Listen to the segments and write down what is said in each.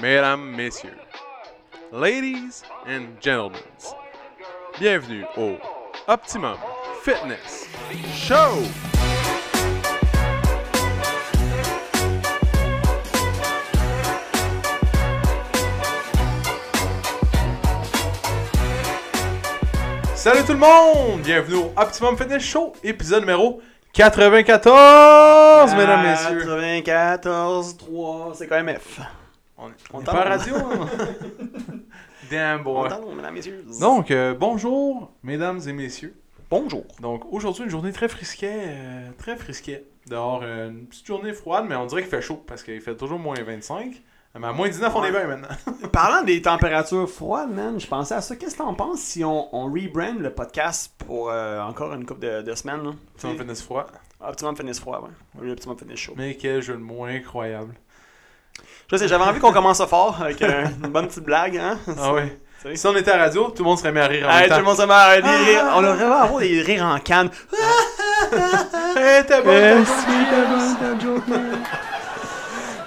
mesdames, messieurs, ladies and gentlemen, bienvenue au Optimum Fitness Show! Salut tout le monde! Bienvenue au Optimum Fitness Show, épisode numéro 94, mesdames, Ah, messieurs. 94, 3, c'est quand même F. On est, On on est t'en- pas à radio, hein? Damn boy. Entends, mesdames, messieurs. Donc, euh, bonjour, mesdames et messieurs. bonjour. Donc, aujourd'hui, une journée très frisquet, euh, très frisquet. Dehors, euh, une petite journée froide, mais on dirait qu'il fait chaud, parce qu'il fait toujours moins 25. Mais à moins 19, on est 20 maintenant. Parlant des températures froides, man, je pensais à ça. Qu'est-ce que t'en penses si on, on rebrand le podcast pour euh, encore une couple de, de semaines? Là? Tu m'en Tu sais, fitness froid. Optimum Fitness froid, ouais. Au lieu d'Optimum Fitness chaud. Mais quel jeu de mots incroyable. Je sais, j'avais envie qu'on commence ça fort avec euh, une bonne petite blague, hein? Ah ouais. C'est- Si on était à la radio, tout le monde serait mis à rire en Hey, même tout le temps. monde se met à rire. des rires. Ah! On aurait vraiment avoir des rires en canne. Eh, Hey, t'es bon, t'es bon, Ah. t'es bon. Yes.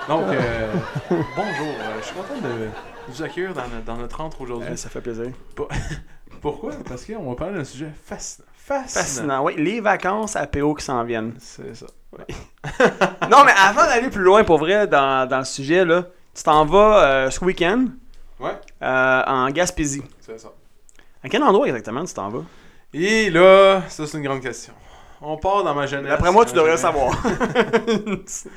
Donc, euh, bonjour. euh, je suis content de vous accueillir dans, notre- dans notre entre aujourd'hui. Eh, Ça fait plaisir. Pourquoi? Parce qu'on va parler d'un sujet fascinant. Fascinant. Fascinant, oui. Les vacances à PO qui s'en viennent. C'est ça. Non, mais avant d'aller plus loin, pour vrai, dans, dans le sujet, là, tu t'en vas euh, ce week-end Ouais, euh, en Gaspésie. c'est ça. À quel endroit exactement tu t'en vas? Et là, ça c'est une grande question. On part dans ma jeunesse. D'après moi, tu Ma devrais le jeunesse. savoir.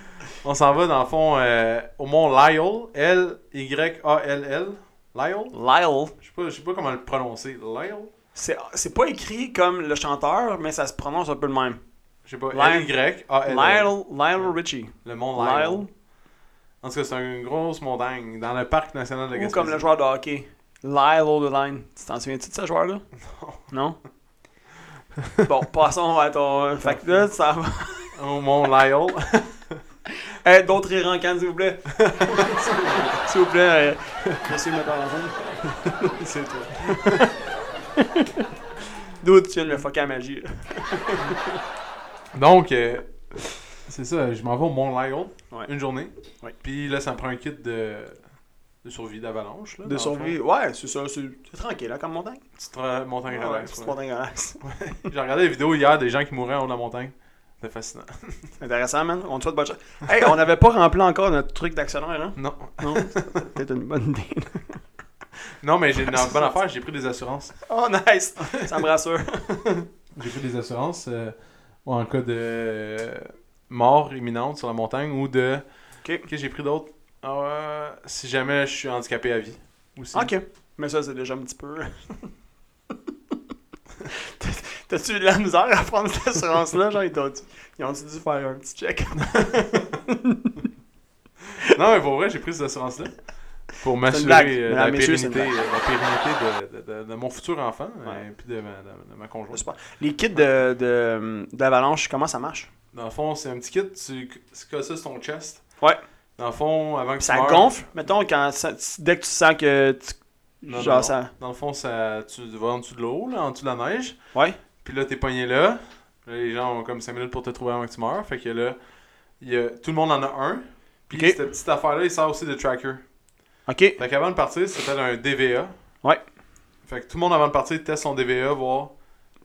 On s'en va dans le fond euh, au mont Lyell. L-Y-A-L-L. Lyell? Lyle. Je sais pas, je sais pas comment le prononcer. Lyell? C'est c'est pas écrit comme le chanteur, mais ça se prononce un peu le même. Je sais pas. Lyell. L-Y-A-L-L. Lyle, Lyle Richie. Le mont Lyell. Euh, Lyle. En tout cas, c'est une grosse montagne dans le parc national de Ou Gaspésie. comme le joueur de hockey. Lyle O'Deline. Tu t'en souviens-tu de ce joueur-là? Non. bon, passons à ton. euh, Fait que là, ça va. Au mont Lyell. Eh, D'autres rires en canne, s'il vous plaît. s'il vous plaît, euh, monsieur le metteur en scène. c'est tout. D'où tu viens de le fucker à magie. là. Donc, euh, c'est ça, je m'en vais au Mont Lyell Ouais. une journée. Ouais. Puis là, ça me prend un kit de, de survie d'avalanche. là, dans De le fond. survie. Ouais, c'est ça. C'est c'est tranquille, hein, comme montagne. Petite euh, montagne Ouais, relax, c'est ouais. pas dégueulasse. J'ai regardé les vidéos hier des gens qui mouraient en haut de la montagne. C'était fascinant. Intéressant, man. On te souhaite bonne chance. Hey, on n'avait pas rempli encore notre truc d'actionnaire, hein? Non, Non. C'était une bonne idée. non mais j'ai une bonne affaire, j'ai pris des assurances. Oh, nice. Ça me rassure. J'ai pris des assurances euh, en cas de euh, mort imminente sur la montagne ou de. Ok. Qu'est-ce que j'ai pris d'autre Ah, euh, Si jamais je suis handicapé à vie. Aussi. Ok. Mais ça, c'est déjà un petit peu. T'as- T'as-tu eu de la misère à prendre cette assurance-là? Genre, ils t'ont-tu- ils ont-tu dû faire un petit check? Non, mais pour vrai, j'ai pris cette assurance-là pour blague, m'assurer euh, de la, mesdames, messieurs, c'est pérennité, une euh, la pérennité de, de- de- de mon futur enfant Ouais. et puis de ma, de- de ma conjointe. Super. Les kits d'avalanche, de, d'avalanche, comment ça marche? Dans le fond, c'est un petit kit, tu tu colles ça sur ton chest. Ouais. Dans le fond, avant que Puis tu ça meures, gonfle, mettons, quand ça- dès que tu sens que tu. Non, non, genre non. ça. Dans le fond, ça, tu vas en dessous de l'eau, là, en dessous de la neige. Ouais. Puis là, t'es pogné là. Là, Les gens ont comme 5 minutes pour te trouver avant que tu meurs. Fait que là, il y a- tout le monde en a un. Puis Ok. cette petite affaire-là, il sert aussi de tracker. Ok. Fait qu'avant de partir, c'était un DVA. Ouais. Fait que tout le monde avant de partir teste son DVA, voir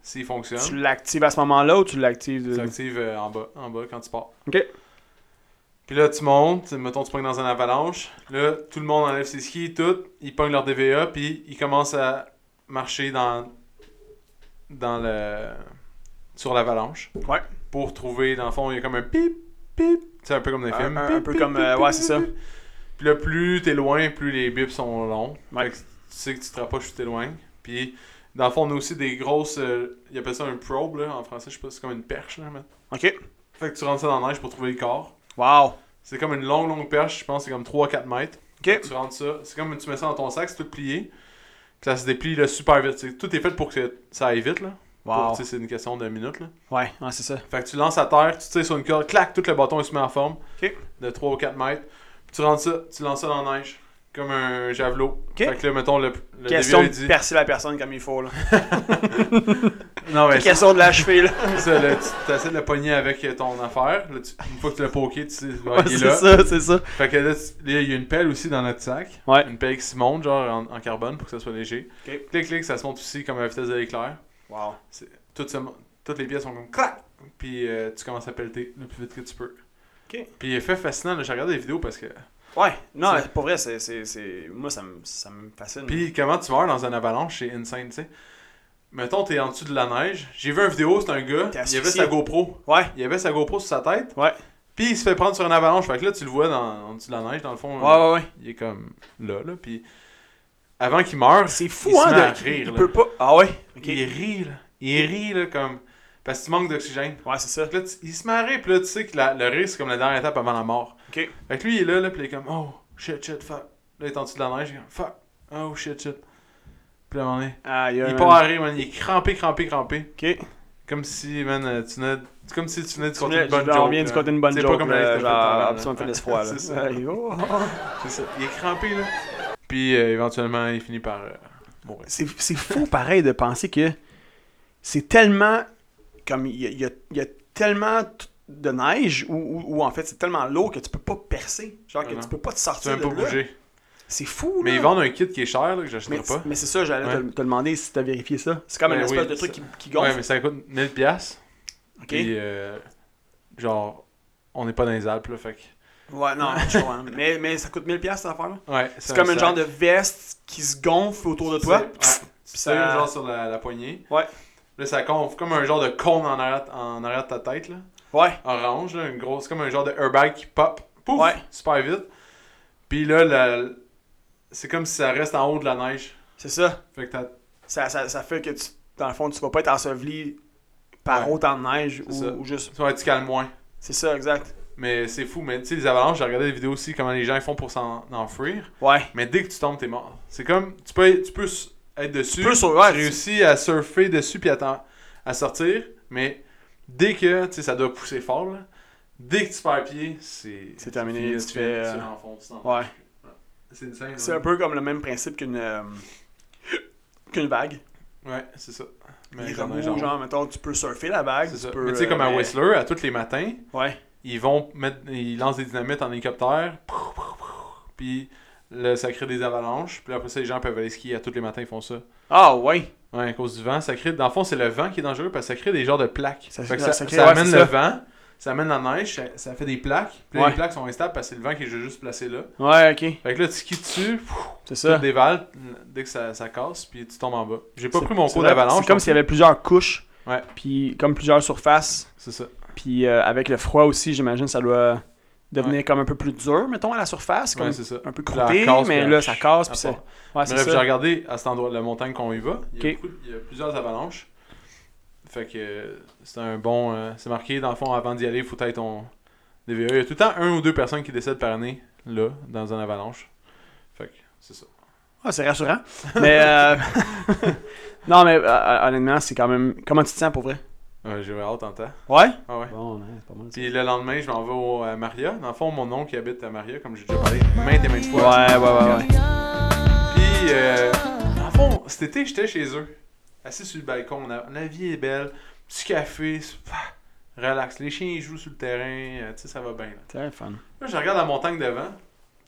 s'il fonctionne. Tu l'actives à ce moment-là ou tu Tu l'actives. l'actives euh, en bas, en bas quand tu pars. Ok. Puis là, tu montes, mettons, tu pognes dans un avalanche. Là, tout le monde enlève ses skis, tout. Ils pognent leur DVA, puis ils commencent à marcher dans, dans le, sur l'avalanche. Ouais. Pour trouver, dans le fond, il y a comme un pip, pip. C'est un peu comme dans les Un- films. un- un Pip, peu pip, comme, pip, euh, pip, ouais, pip, c'est ça. pip. Puis là, plus t'es loin, plus les bips sont longs. Ouais. Fait que tu sais que tu te rapproches, tu t'éloignes. Puis, dans le fond, on a aussi des grosses. euh, ils appellent ça un probe, là, en français. Je sais pas, c'est comme une perche, là, man. Ok. Fait que tu rentres ça dans la neige pour trouver le corps. Wow. C'est comme une longue, longue perche, je pense, c'est comme 3-4 mètres. Ok. Tu rentres ça, c'est comme tu mets ça dans ton sac, c'est tout plié. Puis ça se déplie là, super vite. C'est- tout est fait pour que ça aille vite, là. Pour- Wow. tu sais, c'est une question de minutes, là. Ouais, ouais, c'est ça. Fait que tu lances à terre, tu tires sur une corde, clac, tout le bâton il se met en forme. Ok. De 3 ou 4 mètres. Puis tu rentres ça, tu lances ça dans la neige. comme un javelot. Ok. Fait que là, mettons, le, le Question DVE de dit. percer la personne comme il faut. Là. Non, mais ça, Question de l'achever. Là. ça, là, tu t'essaies de le pogner avec euh, ton affaire. Là, tu- une fois que tu l'as poké, tu sais, ouais, Ouais, il est c'est là. ça, c'est ça. Fait que là, tu- là, il y a une pelle aussi dans notre sac. Ouais. Une pelle qui se monte, genre en, en carbone, pour que ça soit léger. Ok. Clic, clic, ça se monte aussi comme à la vitesse de l'éclair. Wow. C'est- Toutes, se mon- toutes les pièces sont comme clac! Puis euh, tu commences à pelleter le plus vite que tu peux. Ok. Puis effet fascinant, là, j'ai regardé les vidéos parce que. Ouais, non, C'est- pour vrai, c'est, c'est, c'est... moi ça me, ça me fascine. Puis comment tu meurs dans une avalanche, c'est insane, tu sais. Mettons, t'es en dessous de la neige. J'ai vu une vidéo, c'est un gars, T'es il avait asphyxié. sa GoPro. Ouais, Il avait sa GoPro sur sa tête. Ouais. Puis il se fait prendre sur une avalanche. Fait que là, tu le vois dans, en dessous de la neige, dans le fond. ouais, ouais, ouais. Il est comme là, là. Puis avant qu'il meure, C'est il fou, se hein, met à de... rire, il là. peut pas. Ah ouais, ok. il rit, là. Il rit, là, comme. Parce que tu manques d'oxygène. Ouais, c'est ça. Fait que là, tu- il se met à rire, puis là, tu sais que la- le rire, c'est comme la dernière étape avant la mort. Ok. Fait que lui, il est là, là, puis il est comme, oh, shit, shit, fuck. Là, il est en dessous de la neige, il est comme, fuck, oh, shit, shit. Puis là, à un moment donné, Ah, il part à rire, man. Il est crampé, crampé, crampé. Ok. Comme si, man, euh, tu venais, c'est comme si tu venais de On sortir une bonne joke. vient du là. côté d'une bonne C'est joke. pas comme la là, liste de genre, fêtes, là. absolument fait l'espoir. là. C'est ça. Hey, oh. C'est ça. Il est crampé, là. Puis euh, éventuellement, il finit par euh, mourir. C'est, c'est fou pareil de penser que c'est tellement. Comme il y a, il y a- il y a tellement t- de neige ou, ou- ou en fait c'est tellement lourd que tu peux pas percer. Genre que Non, non. Ah tu peux pas te Tu sortir. veux même pas de là. bouger. C'est fou, Mais là. ils vendent un kit qui est cher, là, que Mais, j'achèterai pas. mais c'est ça, j'allais te, Ouais. te demander si t'as vérifié ça. C'est comme Ben une espèce oui, de truc ça- qui, qui Ouais, gonfle. mais ça coûte 1000$. piastres. ok? Puis, euh, genre, on n'est pas dans les Alpes, là, fait que... Ouais, non, je comprends. Mais, mais ça coûte 1000$ cette affaire-là. Ouais, C'est comme un une genre de veste qui se gonfle autour de toi. Ouais. Tu ça- tires, genre, sur la, la poignée. Ouais. Là, ça gonfle comme un genre de cône en arrière, en arrière de ta tête, là. Ouais. Orange, là, une grosse... comme un genre de airbag qui pop. Pouf! Ouais. Super vite. Puis là, la- c'est comme si ça reste en haut de la neige. C'est ça. Fait que t'as... Ça, ça. ça fait que, tu, dans le fond, tu vas pas être enseveli par Ouais. autant de neige C'est ou, ça. ou juste. Ouais, tu calmes moins. C'est ça, exact. Mais c'est fou, mais tu sais, les avalanches, j'ai regardé des vidéos aussi, comment les gens ils font pour s'en enfuir. Ouais. Mais dès que tu tombes, t'es mort. C'est comme, tu peux, tu peux s- être dessus, Tu peux sauver, ouais, tu- réussir à surfer dessus puis à, t'en- à sortir, mais dès que, tu sais, ça doit pousser fort, là, dès que tu perds pied, c'est... C'est terminé, fini, tu tu fais, fais... euh, Tu renfonces dans- Ouais. C'est une scène. C'est un peu comme le même principe qu'une. euh, qu'une vague. Ouais, c'est ça. Les comme remous, un genre- genre, mettons, tu peux surfer la vague. C'est tu ça. peux, mais tu sais, comme euh, à mais- Whistler, à tous les matins, Ouais. ils vont mettre ils lancent des dynamites en hélicoptère pouf, pouf, pouf, puis là, ça crée des avalanches puis après ça les gens peuvent aller skier à tous les matins ils font ça Ah, ouais. ouais, à cause du vent ça crée dans le fond c'est le vent qui est dangereux parce que ça crée des genres de plaques Ça- Fait que ça ça, crée- ça ouais, amène c'est le ça. vent ça amène la neige ça, ça fait des plaques puis là, Ouais. les plaques sont instables parce que c'est le vent qui est juste placé là Ouais, ok. fait que là tu skis dessus pff, C'est tu ça. dévales dès que ça, ça casse puis tu tombes en bas j'ai pas C'est- pris mon c'est cours vrai, d'avalanche C'est comme non s'il y avait plusieurs couches. Ouais. Puis comme plusieurs surfaces. plus. c'est ça Puis euh, avec le froid aussi, j'imagine, ça doit devenir comme un peu plus dur, mettons, à la surface. Comme ouais c'est ça un peu Puis là, croûté, elle casse, mais puis Ah, là, elle- ça casse. Puis elle ça... part. Ouais, Ah, c'est Bref, j'ai ça. regardé à cet endroit, la montagne qu'on y va. Il y, a Ok. beaucoup- il y a plusieurs avalanches. Fait que euh, c'est un bon. euh, c'est marqué, dans le fond, avant d'y aller, il faut être ton DVE. E. Il y a tout le temps un ou deux personnes qui décèdent par année, là, dans une avalanche. Fait que c'est ça. Ah, c'est rassurant. Mais... euh, non, mais euh, honnêtement, c'est quand même... Comment tu te sens pour vrai? Euh, j'ai hâte en temps. Ouais? Ah ouais. Bon, hein, c'est pas mal. ça. Puis le lendemain, je m'en vais au- à Maria. Dans le fond, mon oncle qui habite à Maria, comme j'ai déjà parlé maintes et maintes fois. Ouais, ouais, ouais, ouais. Puis, euh, dans le fond, cet été, j'étais chez eux, assis sur le balcon. La, la vie est belle, petit café, c'est- pah, relax. Les chiens, ils jouent sur le terrain, euh, tu sais, ça va bien. Là. Très fun. Là, je regarde la montagne devant,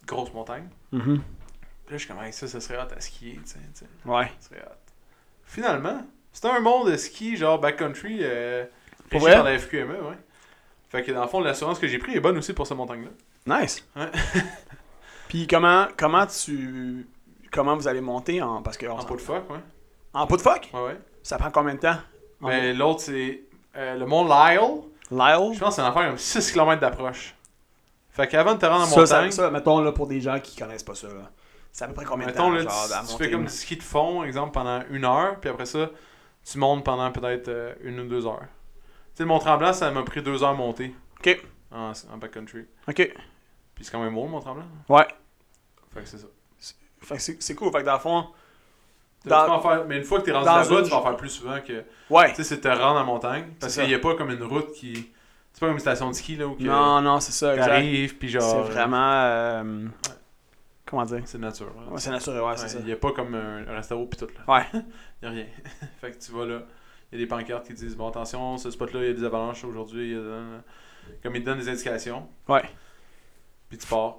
grosse montagne. Mhm. Puis là, je suis comme, Hey, ça, ça serait hot à skier, tu sais, tu sais, Ouais. ça serait hot. Finalement, c'était un monde de ski, genre backcountry, euh, Pour régi vrai? par la FQME, E, ouais. Fait que dans le fond, l'assurance que j'ai pris est bonne aussi pour cette montagne-là. Nice. Ouais. Puis comment, comment tu... Comment vous allez monter en... Parce que... on En s'en- pot de fuck, ouais. En pot de fuck? Ouais, ouais. Ça prend combien de temps? En- Mais l'autre, c'est euh, le mont Lyle. Je pense Lyle? que c'est une affaire comme 6 km d'approche. Fait qu'avant de te rendre en Ça, ça, montagne, ça, mettons là pour des gens qui connaissent pas ça. là. C'est à peu près combien de mettons, temps? là, genre, à tu, tu monter fais comme une- du ski de fond, exemple, pendant une heure, puis après ça, tu montes pendant peut-être euh, une ou deux heures. Tu sais, le Mont-Tremblant, ça m'a pris deux heures à monter. Ok. En, en backcountry. Ok. Puis c'est quand même beau, le Mont-Tremblant. Ouais. Fait que c'est ça. Fait que c'est c'est cool. Fait que dans le fond, Tu Dans- peux en faire- mais une fois que t'es rendu dans là-bas, une- tu vas en faire plus souvent que. Tu ouais. sais, c'est te rendre en montagne. Parce C'est qu'il n'y ça. a pas comme une route qui. C'est pas comme une station de ski, là, où que Non, non, c'est ça, exact. t'arrives, puis genre. C'est vraiment. euh, Comment dire C'est nature. hein. là. Ouais, C'est naturel, ouais, c'est Ouais, ça. Il n'y a pas comme un un restaurat pis tout là. Ouais. Il n'y a rien. fait que tu vas là, il y a des pancartes qui disent bon attention, ce spot là, il y a des avalanches aujourd'hui, il y a- comme ils te donnent des indications, Ouais. puis tu pars.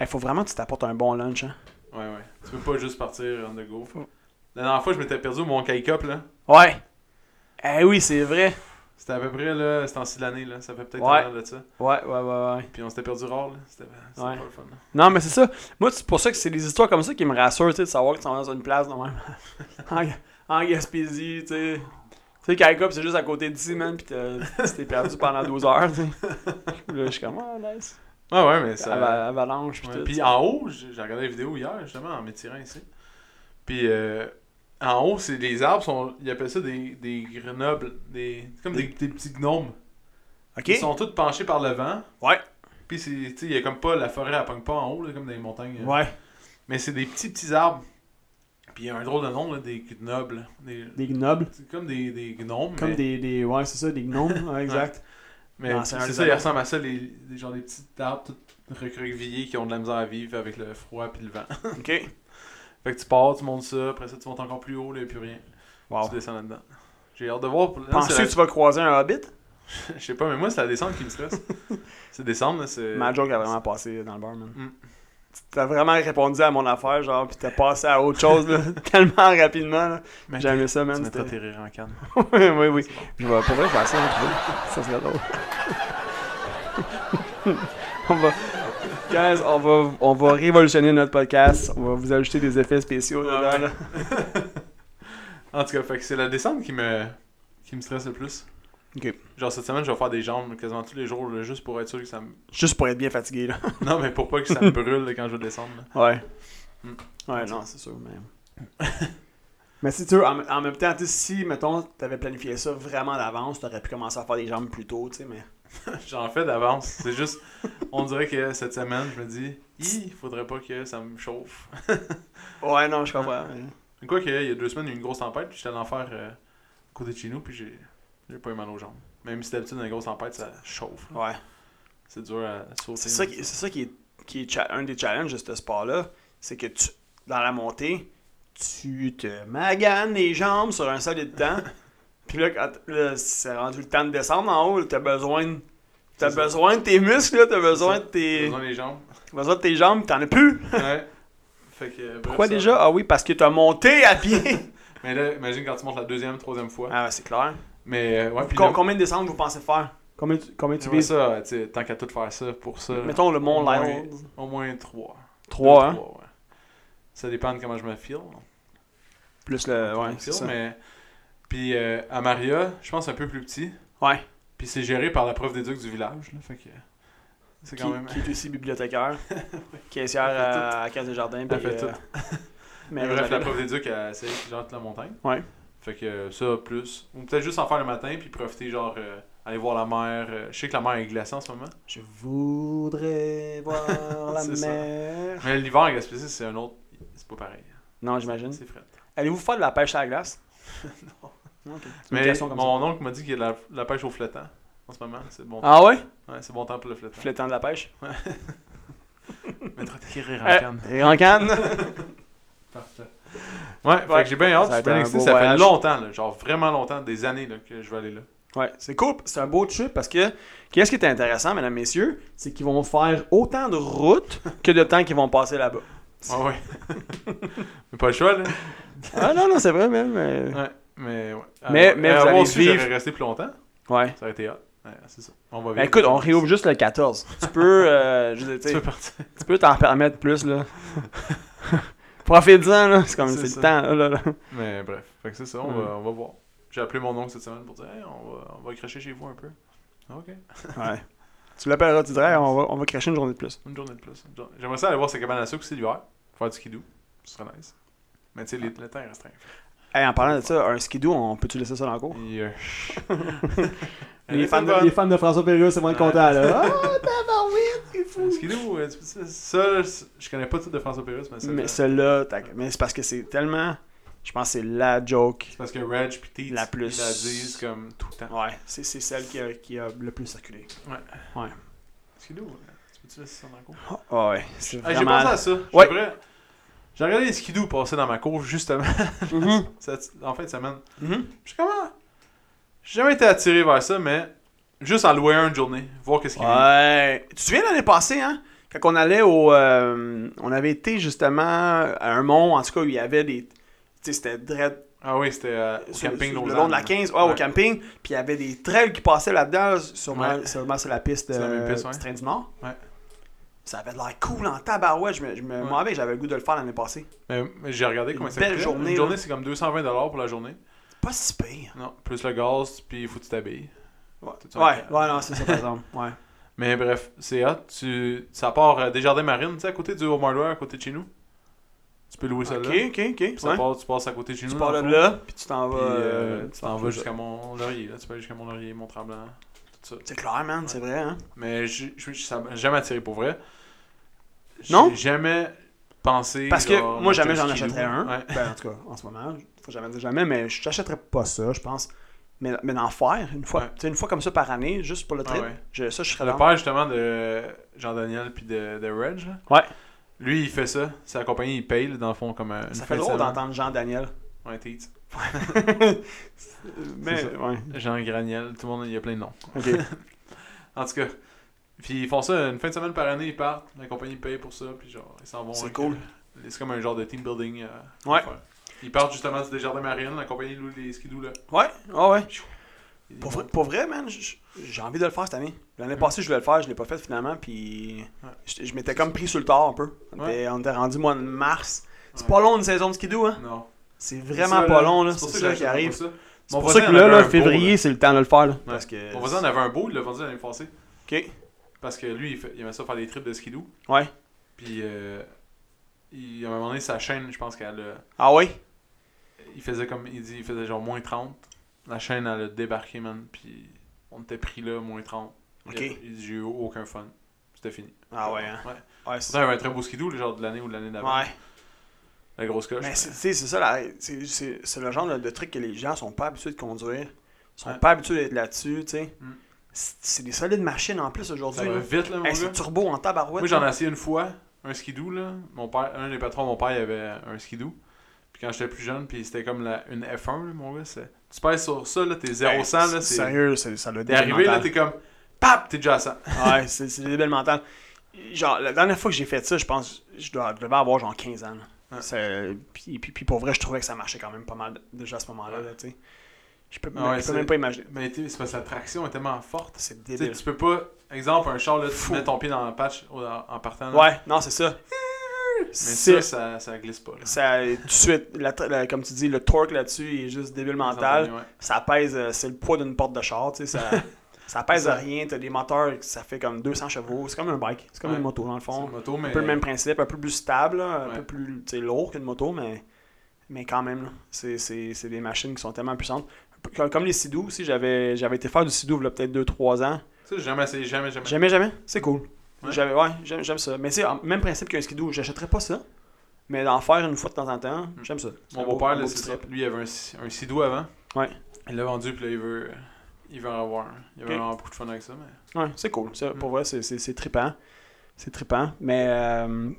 Il faut vraiment que tu t'apportes un bon lunch. Hein. Ouais ouais. Tu peux pas juste partir on the go. Faut- La dernière fois, je m'étais perdu au Mont Kaikop là. Ouais. Eh oui, c'est vrai. C'était à peu près là, c'était en six de l'année là, ça fait peut-être Ouais. un an de ça. Ouais, ouais, ouais, ouais. Puis on s'était perdu rare là, c'était c'était Ouais. pas le fun. là. Non, mais c'est ça. Moi, c'est pour ça que c'est des histoires comme ça qui me rassurent, tu sais, de savoir que tu vas dans une place, non, même. en, en Gaspésie, tu sais. Tu sais, Kaika, c'est juste à côté d'ici, man, pis t'as- tu t'es perdu pendant 12 heures, tu sais. Là, je suis comme, ah, nice. Ouais ouais, mais ça Ava- avalanche, pis Ouais, tout. Puis en haut, j'ai j'ai regardé la vidéo hier, justement, en m'étirant ici. Puis euh, en haut, c'est les arbres, sont, ils appellent ça des, des grenobles, des, c'est comme des, des petits gnomes. ok. Ils sont tous penchés par le vent. Ouais. Puis c'est- tu sais, il y a comme pas, la forêt, elle pogne pas en haut, là, comme dans les montagnes. euh. Ouais. Mais c'est des petits, petits arbres. Puis il y a un drôle de nom, là, des gnobles. Des- Des gnobles. C'est comme des, des gnomes. Comme mais des, des. Ouais, c'est ça, des gnomes, ouais, exact. mais Non, c'est un c'est ça, des ils arbres. ressemblent à ça, les, les- genre des petits arbres tout recroquevillés qui ont de la misère à vivre avec le froid puis le vent. ok. Fait que tu pars, tu montes ça, après ça tu montes encore plus haut, là, et plus rien. Wow. Tu descends là-dedans. J'ai hâte de voir. Pour... l'instant, Penses-tu c'est que tu vas croiser un hobbit la- Je sais pas, mais moi c'est la descente qui me stresse. c'est descendre, là, c'est. Ma joke a vraiment passé dans le bar, man. Euh, Mm. T'as vraiment répondu à mon affaire, genre, pis t'as passé à autre chose, là, tellement rapidement, là. Mais J'ai aimé ça, tu man. mettras c'était- tes rires en canne. oui, oui, oui. Je vais, pour vrai, je vais essayer d'en trouver. Ça serait drôle. on va... Guys, on va, on va révolutionner notre podcast. On va vous ajouter des effets spéciaux dedans, là. En tout cas, fait que c'est la descente qui me qui me stresse le plus. Ok. Genre cette semaine, je vais faire des jambes quasiment tous les jours, là, juste pour être sûr que ça me. Juste pour être bien fatigué, là. Non, mais pour pas que ça me brûle là, quand je vais descendre. là. Ouais. Mm. Ouais, non, c'est sûr, mais... mais si tu veux, en, en même temps, tu sais, si, mettons, t'avais planifié ça vraiment d'avance, t'aurais pu commencer à faire des jambes plus tôt, tu sais, mais... J'en fais d'avance. C'est juste. On dirait que cette semaine, je me dis, il faudrait pas que ça me chauffe. Ouais, non, je comprends. Quoi qu'il y a deux semaines, il y a eu une grosse tempête, puis j'étais allé en faire euh, à côté de chez nous, puis j'ai j'ai pas eu mal aux jambes. Même si d'habitude, dans les grosses tempêtes, ça chauffe. là. Ouais. C'est dur à sauter. C'est ça, là. qui, c'est ça qui est, qui est cha- un des challenges de ce sport-là. C'est que tu, dans la montée, tu te maganes les jambes sur un solide temps. Puis là, quand là, c'est rendu le temps de descendre en haut, là, t'as besoin, de- t'as C'est ça. besoin de tes muscles, là, t'as besoin ça. de tes, besoin des jambes. t'as besoin de tes jambes, t'en as plus. ouais. Fait que, euh, bref, Pourquoi ça- déjà Ah oui, parce que t'as monté à pied. Mais là, imagine quand tu montes la deuxième, troisième fois. ah, ouais, c'est clair. Mais euh, ouais, puis Com- là, Combien de descentes vous pensez faire Combien tu, combien tu fais ça, tu sais, tant qu'à tout faire ça, pour ça. Mettons le Mont au moins- Lyell. Au moins trois. Deux, 3, hein trois, ouais. Ça dépend de comment je me file. Plus le. Ouais, Comment je me c'est file, ça. mais. Puis euh, à Maria, je pense un peu plus petit. Ouais. Puis c'est géré par la prof d'éduc du village, là, fait que... C'est qui, quand même... qui est aussi bibliothécaire, caissière Elle fait à, à Caisse des Jardins. euh, Elle fait tout. mais Mais bref, la prof d'éduc, elle essaie genre toute la montagne. Ouais. Fait que euh, ça, plus... Ou peut-être juste en faire le matin, puis profiter, genre, euh, aller voir la mer. euh, je sais que la mer est glacée en ce moment. Je voudrais voir la C'est ça. mer. Mais l'hiver en Gaspésie, c'est un autre... C'est pas pareil. Non, j'imagine. C'est fret. Allez-vous faire de la pêche à la glace Non. Mais mon oncle m'a dit qu'il y a de la, la pêche au flétan en ce moment. C'est bon, Ah ouais ouais, c'est bon temps pour le flétan. Flétan de la pêche. Mettre tes rires en Eh, canne. Et en canne. Parfait. Ouais, fait Ouais. que j'ai bien hâte, je Ça a suis été bien un excité. beau Ça fait voyage. longtemps, là, genre vraiment longtemps, des années là, que je vais aller là. Ouais, c'est cool. C'est un beau trip parce que qu'est-ce qui est intéressant, mesdames, messieurs, c'est qu'ils vont faire autant de routes que de temps qu'ils vont passer là-bas. Ah ouais. Mais pas le choix, là. Ah non, non, c'est vrai même. euh, mais- Ouais, mais ouais. Mais- Ah, mais ouais, vous moi allez aussi, j'aurais vivre- resté plus longtemps. Ouais. Ça aurait été hot. Ouais, c'est ça. On va Ben vivre. écoute, on réouvre juste le 14. Tu peux, euh, je veux dire, tu Tu sais, peux partir. tu peux t'en permettre plus, là. Profite-en, là. C'est comme, C'est ça. c'est le temps, là, là, là. Mais bref, fait que c'est ça, on, Ouais. va, on va voir. J'ai appelé mon oncle cette semaine pour dire, hey, on va, on va cracher chez vous un peu. Ok. Ouais. Tu l'appelleras, tu dirais, Hey, on va, on va cracher une journée de plus. Une journée de plus. une journée. J'aimerais ça aller voir sa cabane à sucre aussi l'hiver. Faire du skidoo. Ce serait nice. Mais tu sais, les- le temps est restreint. Hey, en parlant de ça, un skidoo, on peut-tu laisser ça dans le cours? Yeah. Elle Euh, Les était fans, de, bonne. les fans de François Perrieux, c'est moins Ouais. content, là. Ah, tabarouette, c'est fou! Le skidoo, euh, tu- ça, ça, je connais pas tout de François Pérus, mais ça. Mais là, celle-là, tac, mais c'est parce que c'est tellement. Je pense que c'est la joke. C'est parce que Reg pis Tite, La plus- ils la disent comme tout le temps. Ouais, c'est c'est celle qui a, qui a le plus circulé. Skidoo, euh, Peux-tu laisser ça dans la cour? Ah ouais, c'est Hey, J'ai vraiment... pensé à ça. J'ai Ouais. vrai- J'ai regardé les skidoo passer dans ma cour, justement, Mhm, cette- en fin de semaine. mhm. Je suis comment? J'ai jamais été attiré vers ça, mais juste en louer un une journée, voir qu'est-ce qu'il y a. Ouais. Tu te souviens l'année passée, hein? Quand on allait au. euh, on avait été justement à un mont, en tout cas, où il y avait des. Tu sais, c'était dread- Ah oui, c'était euh, au sur- camping sur- le Lausanne, long de la là. 15, ouais, au Ouais. camping, puis il y avait des trails qui passaient là-dedans, là, sûrement, Ouais. sûrement sur la piste Sur la même euh, piste, ouais. du train du Nord. Ouais. Ça avait de l'air cool en tabarouette, je me je me- Ouais. m'en rappelle que j'avais le goût de le faire l'année passée. Mais, mais j'ai regardé Une comment ça belle coûtait. Une journée, là. journée, c'est comme 220$ pour la journée. C'est Pas si pire. Non, plus le gaz, puis il faut que tu t'habilles. Ouais, Tout ça, ouais, ok. ouais, non, c'est ça par exemple. Ouais. Mais bref, c'est hot. Tu, ça part euh, des jardins marines, tu sais, à côté du Home Hardware, à côté de chez nous. Tu peux louer ça Ok, là. ok, ok. Puis ça ouais. part, tu passes à côté de chez Tu nous. pars dans de le fond. là, puis tu t'en vas. Puis, euh, euh, tu t'en t'en vas jusqu'à mon laurier. Là. Tu peux aller jusqu'à mon laurier, mon tremblant, tout ça. C'est clair, man, c'est vrai, hein. Mais je- je- ça m'a jamais attiré pour vrai. J'ai Non? jamais pensé. Parce que genre, moi, jamais acheter j'en skidoo. achèterais un. Ouais. Ben, en tout cas, en ce moment, faut jamais dire jamais, mais je n'achèterais pas ça, je pense. Mais, mais d'en faire une fois, Ouais. tu sais, une fois comme ça par année, juste pour le Ah trip, ouais. je- ça, je serais Le dans. père, justement, de Jean-Daniel puis de, de Reg, là, Ouais, lui, il fait ça. Sa compagnie, il paye, là, dans le fond, comme euh, un. ça fait drôle hein. d'entendre Jean-Daniel. Ouais, Teats. mais, ça. ouais. Jean Graniel, tout le monde, il y a plein de noms. Ok. En tout cas. Puis ils font ça une fin de semaine par année, ils partent. La compagnie paye pour ça, puis genre, ils s'en vont. C'est avec, cool. euh, c'est comme un genre de team building. euh, Ouais. affaire. Ils partent justement du jardins marines, la compagnie loue les skidoo là. Ouais, ah ouais. Ils Pour vont- vrai, pour vrai, man, j- j'ai envie de le faire cette année. L'année passée, je voulais le faire, je l'ai pas fait finalement, puis Ouais. je, je m'étais comme pris sur le tard un peu. On Ouais. était- on était rendu mois de mars. C'est Ouais. pas long une saison de skidoo, hein. Non. C'est C'est vraiment ça, pas long, là. C'est pour C'est ça, ça que qui arrive. j'achète pas ça. C'est Mon pour ça voisin que en là, avait là, un beau, février, c'est le temps de le faire, là. Parce que. Mon voisin en avait un beau, il l'a vendu l'année passée. Ok. Parce que lui, il, fait- il aimait ça faire des trips de skidoo. Ouais. Puis euh, il, à un moment donné, sa chaîne, je pense qu'elle a. Ah ouais? Il faisait comme. Il dit, il faisait genre moins 30. La chaîne, elle a débarqué, man. Puis on était pris là, moins 30. Ok. Il, il dit, j'ai eu aucun fun. C'était fini. Ah ouais, hein. Ouais. Ouais, c'est Pourtant, il avait un très beau skidoo, le genre de l'année ou de l'année d'avant. Ouais. La grosse coche. Mais c'est- tu sais, c'est ça, la- c'est- c'est c'est le genre de, de truc que les gens sont pas habitués de conduire. sont Ouais. pas habitués d'être là-dessus, tu sais. Mm. C'est c'est des solides machines en plus Ça aujourd'hui. va là. vite, là, mon Hey, gars. c'est hein. turbo en tabarouette. Moi, j'en ai là. essayé une fois, un skidoo, là. Mon père, un des patrons de mon père, il avait un skidoo. Puis quand j'étais plus jeune, puis c'était comme la, une F1, là, mon gars. c'est- Tu pèses sur ça, là, t'es 0 Hey, 100, là, c'est- c'est... Sérieux, c'est- ça l'a T'es arrivé, là, t'es comme... Pap! T'es déjà à 100. Ouais, c'est c'est débile mental. Genre, la dernière fois que j'ai fait ça, je pense, je, dois, je devais avoir genre 15 ans. là. Ouais. C'est- Puis, puis, puis pour vrai, je trouvais que ça marchait quand même pas mal déjà à ce moment-là, là, tu sais. Je peux, Ah ouais, je peux c'est- même pas imaginer. Mais tu sais, c'est parce que la traction est tellement forte. C'est Tu sais, débile. tu peux pas... Exemple, un char, là, tu Fou. mets ton pied dans le patch au- en, en partant. là. Ouais, non, c'est ça. Mais C'est ça, ça, ça glisse pas. là. ça, tout de suite, la tra- la- comme tu dis, le torque là-dessus il est juste débile mental. Ouais. Ça pèse, euh, c'est le poids d'une porte de char, tu sais, ça, ça pèse à rien. T'as des moteurs, ça fait comme 200 chevaux. C'est comme un bike, c'est comme Ouais. une moto dans le C'est fond. une moto, mais... Un peu le même principe, un peu plus stable, là, un Ouais. peu plus tu sais, lourd qu'une moto, mais, mais quand même, là. c'est c'est- c'est des machines qui sont tellement puissantes. Un peu Comme, comme les Sidou aussi, j'avais j'avais été faire du Sidou il y a peut-être 2-3 ans. Ça, j'ai jamais essayé, jamais, jamais. Jamais, jamais, c'est cool. Ouais. J'avais- Ouais, j'aime j'aime ça. Mais c'est ah, même principe qu'un Skidoo, j'achèterais pas ça, mais d'en faire une fois de temps en temps, j'aime ça. C'est un Hmm. Mon beau- beau-père, un là, beau c'est petit ça. trip. Lui, il avait un, si- un sidou avant. Ouais. Il l'a vendu, puis là, il veut, il veut en avoir. un. Il avait Ok. vraiment beaucoup de fun avec ça, mais... Ouais, c'est cool. Ça, Mm. Pour vrai, c'est- c'est c'est trippant. C'est trippant. Mais euh,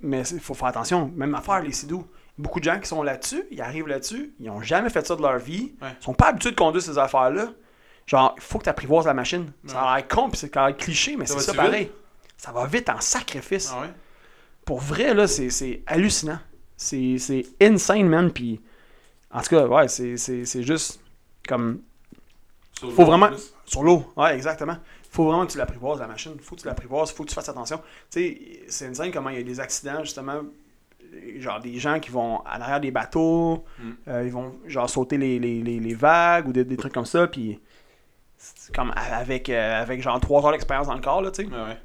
mais il faut faire attention. Même affaire, les Sidou. Beaucoup de gens qui sont là-dessus, ils arrivent là-dessus, ils n'ont jamais fait ça de leur vie. Ouais. Ils sont pas habitués de conduire ces affaires-là. Genre, il faut que tu apprivoises la machine. Ça a l'air con, pis c'est quand même cliché, mais Ça c'est va-tu ça pareil. Ça va vite en sacrifice. Ah ouais? Pour vrai, là, c'est- c'est hallucinant. C'est c'est insane, man. Puis, en tout cas, ouais, c'est- c'est c'est juste comme Sur Faut le- vraiment- plus- sur l'eau, ouais, exactement. Faut vraiment que tu l'apprivoises, la machine. Faut que tu l'apprivoises, faut que tu fasses attention. Tu sais, c'est insane comment il y a des accidents, justement. euh, Genre des gens qui vont à l'arrière des bateaux, Mm. euh, ils vont genre sauter les, les- les- les vagues ou des, des trucs comme ça, puis c'est comme a- avec, euh, avec genre 3 heures d'expérience dans le corps, là, tu sais. Ah Ouais, ouais.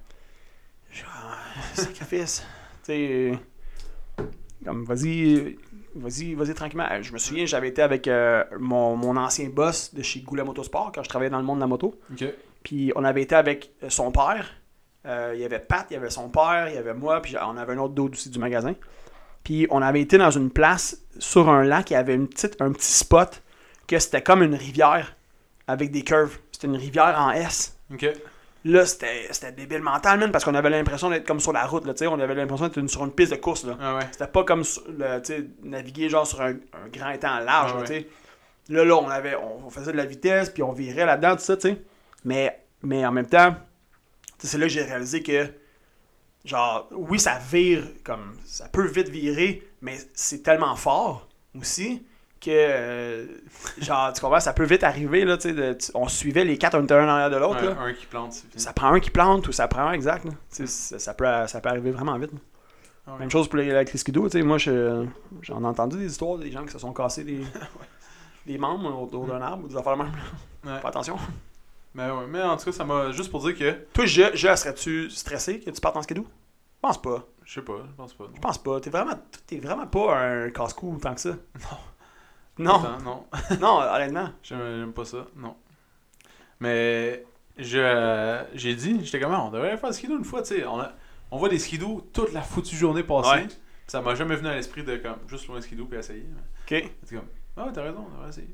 Genre, ah, sacrifice. tu sais, euh, comme vas-y, euh, vas-y, vas-y tranquillement. Euh, Je me souviens, j'avais été avec euh, mon, mon ancien boss de chez Goulet Motosport quand je travaillais dans le monde de la moto. Ok. Puis on avait été avec euh, son père. Euh, il y avait Pat, il y avait son père, il y avait moi, puis on avait un autre d'autre aussi du magasin. Puis on avait été dans une place sur un lac, il y avait une petite, un petit spot que c'était comme une rivière avec des curves. C'était une rivière en S. Ok. Là, c'était c'était débile mental, man, parce qu'on avait l'impression d'être comme sur la route, là, tu sais. On avait l'impression d'être une- sur une piste de course, là. Ah ouais. C'était pas comme sur le- tu sais, naviguer genre sur un, un grand étang large, Ah là, ouais. tu sais. Là, là, on, avait, on faisait de la vitesse, puis on virait là-dedans, tout ça, tu sais. Mais, mais en même temps, tu sais, c'est là que j'ai réalisé que, genre, oui, ça vire, comme, ça peut vite virer, mais c'est tellement fort aussi que, euh, genre, tu comprends, ça peut vite arriver, là, tu sais. de- tu- On suivait les quatre, on était un en arrière de l'autre, Un, là. un qui plante, c'est fini. Ça prend un qui plante ou ça prend un exact, là. Tu sais, Ça, ça peut, ça peut arriver vraiment vite. là. Ah ouais. Même chose pour l'électricité d'eau, tu sais, moi je- j'en ai entendu des histoires des gens qui se sont cassés des, des membres autour d'un arbre ou des affaires de même. Ouais. Fais attention. Mais, ouais, mais en tout cas, ça m'a. Juste pour dire que. Toi, je, je serais-tu stressé que tu partes en skidoo? Je pense pas. Je sais pas, je pense pas. non. Je pense pas. T'es vraiment, t'es vraiment pas un casse-cou tant que ça. Non. Attends, non. Non, non, honnêtement. J'aime j'aime pas ça, non. Mais. Je. euh, J'ai dit, j'étais comme, Ah, on devrait faire un skidoo une fois, tu sais. On, a- on voit des skidoos toute la foutue journée passée. Ouais. Puis Ça m'a jamais venu à l'esprit de, comme, juste loin un skidoo puis essayer. Ok. C'est comme, ah ouais, t'as raison, on devrait essayer.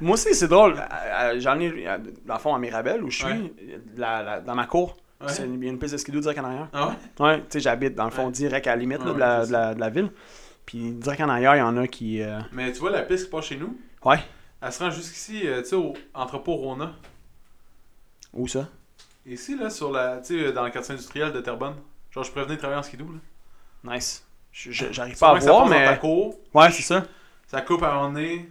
Moi aussi, c'est drôle. Euh, euh, J'en ai, euh, dans le fond, à Mirabel, où je suis, Ouais. euh, la- la- dans ma cour, Ouais. c'est une, il y a une piste de skidoo direct en arrière. Ah ouais? Ouais, tu sais, j'habite dans le fond Ouais. direct à la limite là, Ouais, de, la, ouais, de la- de la ville. Puis direct en arrière, il y en a qui. euh, Mais tu vois, la piste qui passe chez nous, Ouais. elle se rend jusqu'ici, euh, tu sais, au entrepôt Rona. Où ça? Ici, là, sur la. Tu sais, dans le quartier industriel de Terrebonne. Genre, je prévenais de travailler en skidoo, là. Nice. Je- je- J'arrive C'est pas à vrai que ça voir, passe dans ta mais. cour, Mm-hmm. Ouais, c'est ça. ça coupe à un moment donné,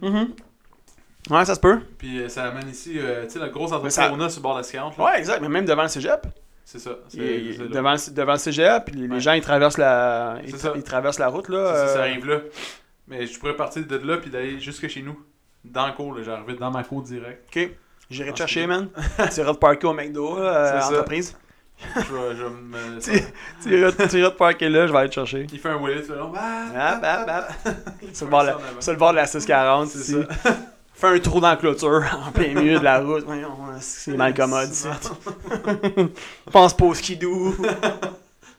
Ouais, ça se peut. puis euh, ça amène ici, euh, tu sais, la grosse entrepôt ça- Rona sur le bord de la 40, là. Ouais, exact. Mais même devant le cégep. C'est ça. C'est il- il- c'est là. devant, le- devant le cégep, puis les Ouais. gens, ils traversent la, ils, C'est ça. ils traversent la route, là. C'est ça, euh, ça arrive là. Mais je pourrais partir de là, puis d'aller jusque chez nous. Dans la cour, là. J'arrivais dans ma cour direct. euh, Ok. J'irai te Ah, chercher, c'est- man. tu iras te parker au McDo, euh, C'est ça. entreprise. Je vais- je vais me- Tu- Tu iras tu iras te parker là, je vais aller te chercher. Il fait un wheelie, tu long. Ah, Hop, hop, hop. il bah, Sur le fait bord de ça la- en avant. sur le bord de la 640, Ah, C'est ici. Fais un trou dans la clôture, en plein milieu de la route. Voyons, C'est mal commode, ici. Non, Pense pas au skidoo. Ils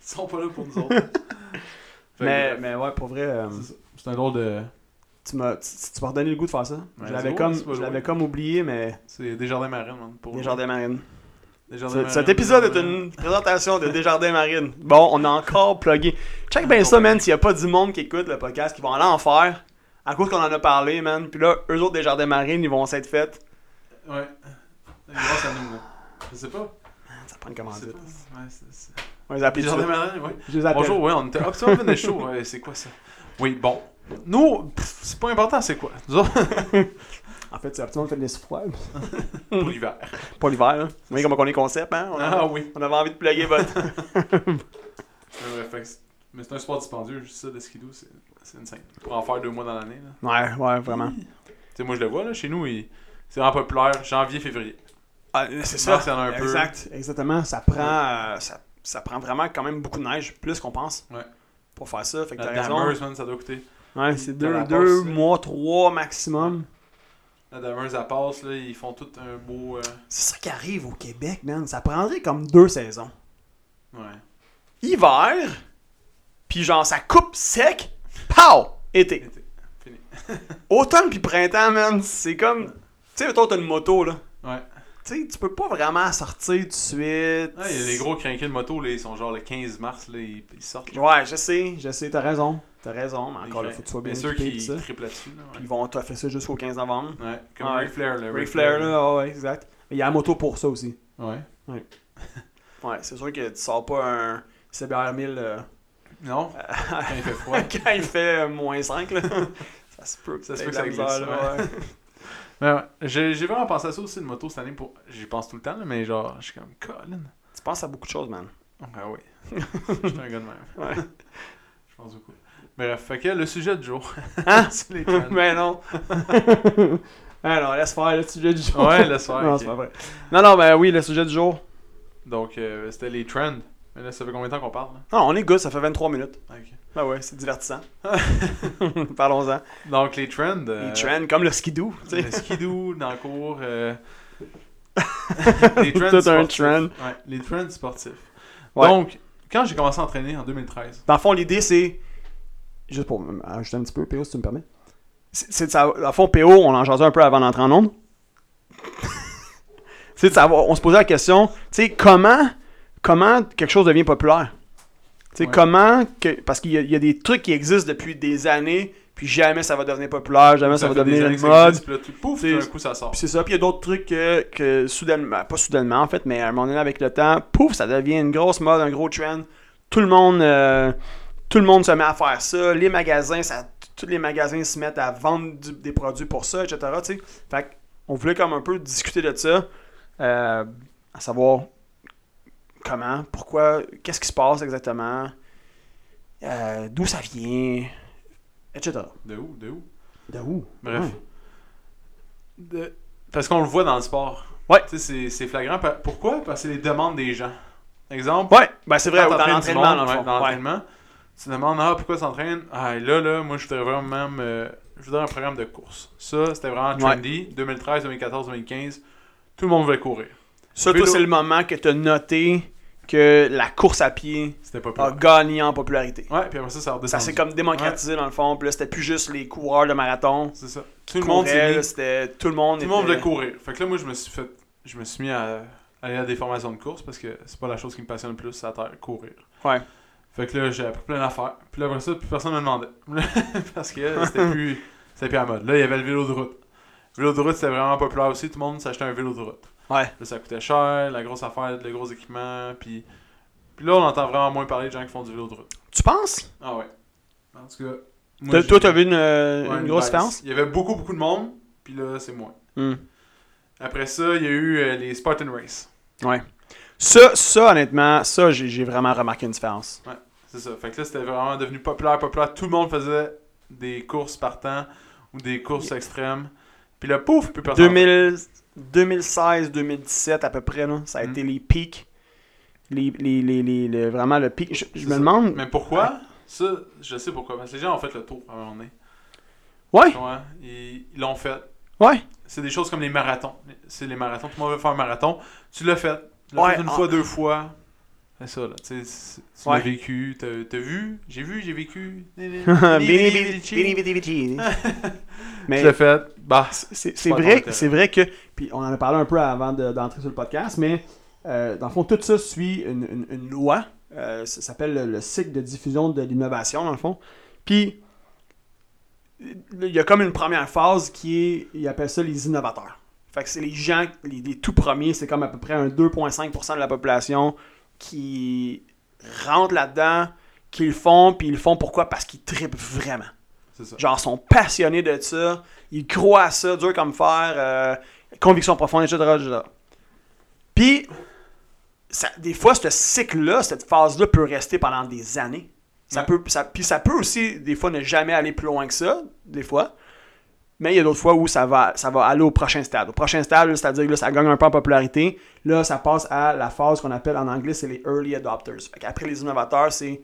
sont pas là pour nous autres. Fait mais, que, mais ouais, pour vrai. euh, c'est ça. C'est un drôle de. Tu m'as tu, tu m'as redonné le goût de faire ça. Ouais, je l'avais c'est comme beau, c'est pas je l'avais joué. comme oublié mais C'est Desjardins Marine, man, pour Desjardins Marine. Desjardins Ce- Marine, Cet épisode est Desjardins une présentation de Desjardins Marine. Bon, on a encore plugué. Check Ah, bien ça man, s'il y a pas du monde qui écoute le podcast qui vont aller en faire à cause qu'on en a parlé man. Puis là, eux autres Desjardins Marine, ils vont s'être fait. Marine. Ouais. Grâce à nous, là. Je sais pas. Ça prend une Je sais commandite. pas. Ouais, c'est- c'est- On les appelle. tout de Desjardins suite. Marine, ouais. Je les appelle. Bonjour, ouais, on était. Hop, ça, on venait chaud. Ouais, c'est quoi ça? Oui, bon. Nous, pff, c'est pas important, c'est quoi? Nous autres, En fait, c'est absolument fait des froides. pour Mhm. l'hiver. Pas l'hiver. Hein. Vous voyez comment on est concept hein. On, a- Ah oui. on avait envie de pluguer votre. Euh, Ouais, fait que c'est- mais c'est un sport dispendieux, juste ça, le skidoo, c'est c'est une scène. Pour en faire deux mois dans l'année, là. ouais, ouais, vraiment. Tu sais, moi, je le vois, là, chez nous, il- c'est vraiment populaire, janvier, février. Ah, c'est ça. Mars, il y en a un peu. Exact, exactement. Ça prend, euh, ça, ça prend vraiment quand même beaucoup de neige, plus qu'on pense. Ouais. Pour faire ça, fait que La t'as raison. dameuse, man, ça doit coûter. Ouais, c'est T'as deux, la deux passe, là. mois, trois maximum. La dameuse, elle passe, là, ils font tout un beau. euh, C'est ça qui arrive au Québec, man. Ça prendrait comme deux saisons. Ouais. Hiver, puis genre ça coupe sec, pow, été. Été. Fini. Automne puis printemps, man, c'est comme... Tu sais, toi, t'as une moto, là. Ouais. Tu sais, tu peux pas vraiment sortir tout de suite. Ouais, les gros crinqués de moto, là, ils sont genre le 15 mars, là, ils, ils sortent. là. Ouais, je sais, je sais, t'as raison. T'as raison, mais encore Les là, faut que tu sois bien Mais ceux équipé, qui pis ça. triplent là-dessus, là, Puis ils ouais. vont te faire ça jusqu'au 15 novembre. Ouais, comme Ouais. Ray Flair, là. Ray Flair, là, ouais, exact. Mais il y a la moto pour ça aussi. Ouais. Ouais, c'est sûr que tu sors pas un CBR 1000 euh, Non, quand il fait froid. quand il fait euh, moins 5, là. ça se peut que Ça se peut t'aies de la que ça glisse, misère, là, ouais. Ouais, ouais. J'ai j'ai vraiment pensé à ça aussi, une moto cette année. Pour... J'y pense tout le temps, là, mais genre, je suis comme, Colin. tu penses à beaucoup de choses, man. Ah oui. Je suis un gars de même. Ouais. Je pense beaucoup. Bref, fait que le sujet du jour, Hein? c'est les cannes. Mais non. Alors, laisse faire le sujet du jour. Ouais, le soir. non, ok. c'est pas vrai. Non, non, ben oui, le sujet du jour. Donc, euh, c'était les trends. Mais là, ça fait combien de temps qu'on parle? Là? Non, Ah, on est good, ça fait 23 minutes. Ah, ok. Ben ouais, c'est divertissant. Parlons-en. Donc, les trends. Les euh, trends, comme le skidoo, tu sais. Le skidoo dans le cours. euh, les trends Tout un sportifs. trend. Ouais, les trends sportifs. Ouais. Donc, quand j'ai commencé à entraîner en 2013, Dans le fond, l'idée, c'est. Juste pour me- ajouter un petit peu, PO, si tu me permets. C'est c'est de ça. Dans le fond, PO, on en jasait un peu avant d'entrer en onde. Tu sais, de savoir- on se posait la question, tu sais, comment, comment quelque chose devient populaire? Tu sais, Ouais. comment, que, parce qu'il y, a- il y a des trucs qui existent depuis des années, puis jamais ça va devenir populaire, jamais ça, fait va des devenir années une que ça mode. existe, puis là, tout- pouf, C'est- tout d'un coup, ça sort. Puis c'est ça. Puis il y a d'autres trucs que, que soudainement, pas soudainement en fait, mais à un moment donné avec le temps, pouf, ça devient une grosse mode, un gros trend. Tout le monde, euh, tout le monde se met à faire ça. Les magasins, ça, tous les magasins se mettent à vendre du- des produits pour ça, etc. tu sais. Fait qu'on voulait comme un peu discuter de ça, euh, à savoir comment, pourquoi, qu'est-ce qui se passe exactement, euh, d'où ça vient, etc. De où De où De où? Bref. Ouais. De- Parce qu'on le voit dans le sport. Ouais. Tu sais, c'est- c'est flagrant. Pa- Pourquoi Parce que c'est les demandes des gens. Exemple, Ouais, ben c'est vrai, quand dans t'entraînes du l'entraînement, monde, dans le ouais, fond. dans Ouais. l'entraînement, tu demandes Ah, pourquoi tu t'entraînes Ah, là, là, moi, je voudrais vraiment. me- je voudrais un programme de course. Ça, c'était vraiment trendy. 2013, 2014, 2015. Tout le monde voulait courir. Ça, toi, Vélo. c'est le moment que tu as noté que la course à pied C'était pas a pire. gagné en popularité. Ouais, puis après ça, ça a Ah. Ça redescendu. s'est comme démocratisé dans le fond. Puis là, c'était plus juste les coureurs de marathon. C'est ça. Tout le monde s'est couraient, mis- là, c'était Tout le monde Tout le monde était- voulait courir. Fait que là, moi, je me suis fait. Je me suis mis à aller à des formations de course parce que c'est pas la chose qui me passionne le plus, c'est à terre, courir. Ouais. Fait que là, j'ai appris plein d'affaires. Puis là, après ça, plus personne me demandait. parce que c'était plus, c'était plus à la mode. Là, il y avait le vélo de route. Le vélo de route, c'était vraiment populaire aussi. Tout le monde s'achetait un vélo de route. Ouais. Là, ça coûtait cher, la grosse affaire, le gros équipement. Puis, puis là, on entend vraiment moins parler de gens qui font du vélo de route. Tu penses Ah ouais. En tout cas. moi, T'as- j'ai- Toi, tu as vu une, euh, ouais, une grosse baisse. différence Il y avait beaucoup, beaucoup de monde. Puis là, c'est moins. Hmm. Après ça, il y a eu euh, les Spartan Race. Ouais. Ça, ça, honnêtement, ça, j'ai j'ai vraiment remarqué une différence. C'est ça. Fait que là, c'était vraiment devenu populaire, populaire. Tout le monde faisait des courses partant ou des courses extrêmes. Puis là, pouf, plus personne. 2000 2016-2017, à peu près, là, ça a Hmm. été les pics. Les, les, les, les- le- vraiment le pic. Je, je C'est me ça. demande. Mais pourquoi Ça, je sais pourquoi. Parce que les gens ont fait le tour à un moment donné. Ouais, Ouais, ils ils l'ont fait. ouais. C'est des choses comme les marathons. C'est les marathons. Tout le monde veut faire un marathon. Tu l'as fait. Tu l'as Ouais, fait une en- fois, deux fois. C'est ça, là. Tu sais, c'est- tu Ouais. l'as vécu. T'as t'as vu J'ai vu, j'ai vécu. Bini, bini, bini, bini, bini. Tu Mais l'as fait. Bah, c'est c'est pas dans vrai, l'intérêt. c'est vrai que puis on en a parlé un peu avant de- d'entrer sur le podcast, mais euh, dans le fond tout ça suit une, une- une loi. Euh, ça s'appelle le, le cycle de diffusion de l'innovation dans le fond. Puis il y a comme une première phase qui est, ils appellent ça les innovateurs. Fait que c'est les gens, les, les tout premiers, c'est comme à peu près un 2,5% de la population qui rentre là-dedans, qui le font, puis ils le font pourquoi? Parce qu'ils tripent vraiment c'est ça. genre sont passionnés de ça, ils croient à ça, dur comme fer, euh, conviction profonde, etc. etc. Puis, ça, des fois, ce cycle-là, cette phase-là peut rester pendant des années. Ça Mm. peut, ça, puis ça peut aussi, des fois, ne jamais aller plus loin que ça, des fois. Mais il y a d'autres fois où ça va, ça va aller au prochain stade. Au prochain stade, là, c'est-à-dire que là, ça gagne un peu en popularité. Là, ça passe à la phase qu'on appelle en anglais, c'est les early adopters. Après les innovateurs, c'est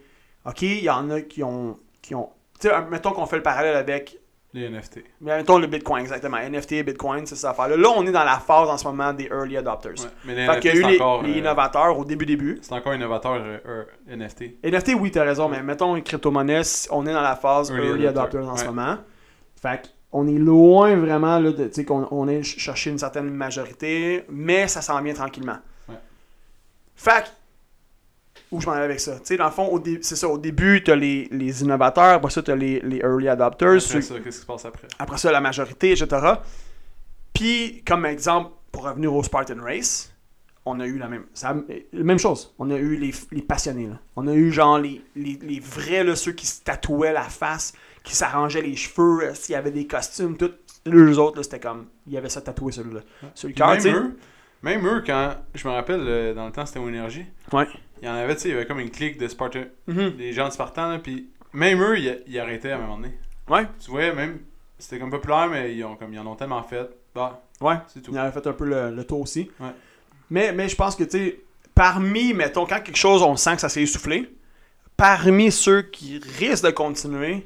OK, il y en a qui ont. Qui ont tu sais, mettons qu'on fait le parallèle avec. Les NFT. Mettons le Bitcoin, exactement. NFT et Bitcoin, c'est cette affaire-là. Là, on est dans la phase en ce moment des early adopters. Ouais, Mais les Fait NFT, qu'il y a eu c'est les, encore, les euh, innovateurs au début-début. c'est encore innovateur euh, euh, NFT. NFT, oui, t'as raison, mais mettons les crypto-monnaies, on est dans la phase Early early, adopter, adopters en ce ouais. moment. Fait qu'on est loin vraiment là, de, tu sais, qu'on on est ch- chercher une certaine majorité, mais ça s'en vient tranquillement. Ouais. Fait que, où je m'en vais avec ça? Tu sais, dans le fond, au dé- c'est ça, au début, t'as les, les innovateurs, après ça, t'as les, les early adopters. Après ceux- ça, qu'est-ce qui se passe après après ça la majorité, etc. Puis, comme exemple, pour revenir au Spartan Race, on a eu la même, ça, la même chose. On a eu les, les passionnés. là. On a eu genre les, les, les vrais, là, ceux qui se tatouaient la face, qui s'arrangeaient les cheveux, euh, s'il y avait des costumes, tout. Les autres, là, c'était comme, il y avait ça tatoué sur le, sur le Puis cœur, tu sais. même, eux, même eux, quand je me rappelle, euh, dans le temps, c'était au Énergie, Ouais. il y en avait, tu sais, il y avait comme une clique de Spartan, Mhm. des gens de Spartan, là, puis même eux, ils, ils arrêtaient à un moment donné. Ouais, Tu vois, même, c'était comme populaire, mais ils, ont, comme, ils en ont tellement fait. Bah, ouais. c'est tout. Il avait fait un peu le, le tour aussi. Ouais. Mais, mais je pense que, tu sais, parmi, mettons, quand quelque chose, on sent que ça s'est essoufflé, parmi ceux qui risquent de continuer,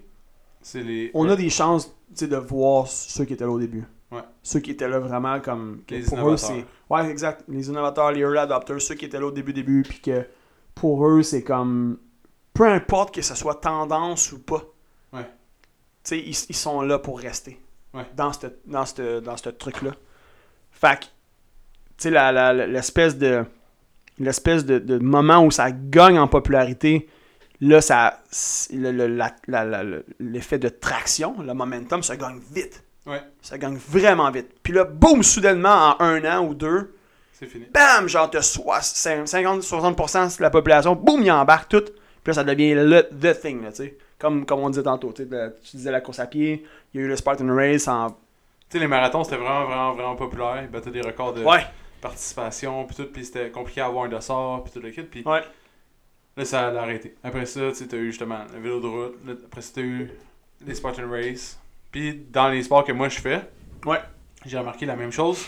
C'est les, on a des chances, tu sais, de voir ceux qui étaient là au début. Ouais. Ceux qui étaient là vraiment comme... que Les pour innovateurs. Eux, c'est- ouais, exact. Les innovateurs, les early adopters, ceux qui étaient là au début, début, puis que pour eux, c'est comme... Peu importe que ce soit tendance ou pas. Ouais. Tu sais, ils, ils sont là pour rester. Ouais. Dans ce dans cette- dans ce truc-là. Fait que, tu sais, la- la- la- l'espèce de l'espèce de, de moment où ça gagne en popularité, là, ça c'est- le- le- la- la- la- le- l'effet de traction, le momentum, ça gagne vite. Ouais. Ça gagne vraiment vite. Puis là, boum, soudainement, en un an ou deux, C'est fini. bam, genre, t'as soix- cin- 50-60% de la population, boum, ils embarquent tout. Puis là, ça devient le the thing, là, tu sais. Comme, comme on disait tantôt, tu sais, de- tu disais la course à pied, il y a eu le Spartan Race en... Tu sais, les marathons, c'était vraiment, vraiment, vraiment populaire. Ils battaient des records de Ouais, participation, puis tout, puis c'était compliqué à avoir un dossard, puis tout le kit. Puis ouais. là, ça a arrêté. Après ça, tu sais, t'as eu justement le vélo de route. là, après ça, t'as eu les Spartan Race. Puis dans les sports que moi, je fais, Ouais. j'ai remarqué la même chose.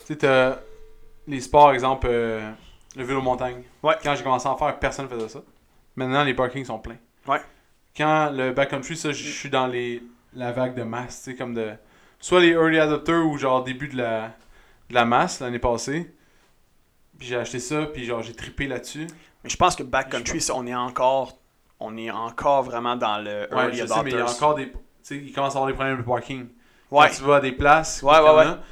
Tu sais, t'as les sports, exemple, euh, le vélo montagne. Ouais. Quand j'ai commencé à en faire, personne faisait ça. Maintenant, les parkings sont pleins. Ouais. Quand le backcountry, ça, je suis dans les la vague de masse, tu sais, comme de... Soit les early adopters ou genre début de la, de la masse l'année passée. Puis j'ai acheté ça, puis genre j'ai trippé là-dessus. Mais je pense que backcountry, c'est- on est encore on est encore vraiment dans le Ouais, early je sais, mais il y a adopters. encore des... Tu sais, il commence à avoir des problèmes de parking. Ouais. Quand tu vas à des places, Ouais, quand ouais, t'en ouais. as,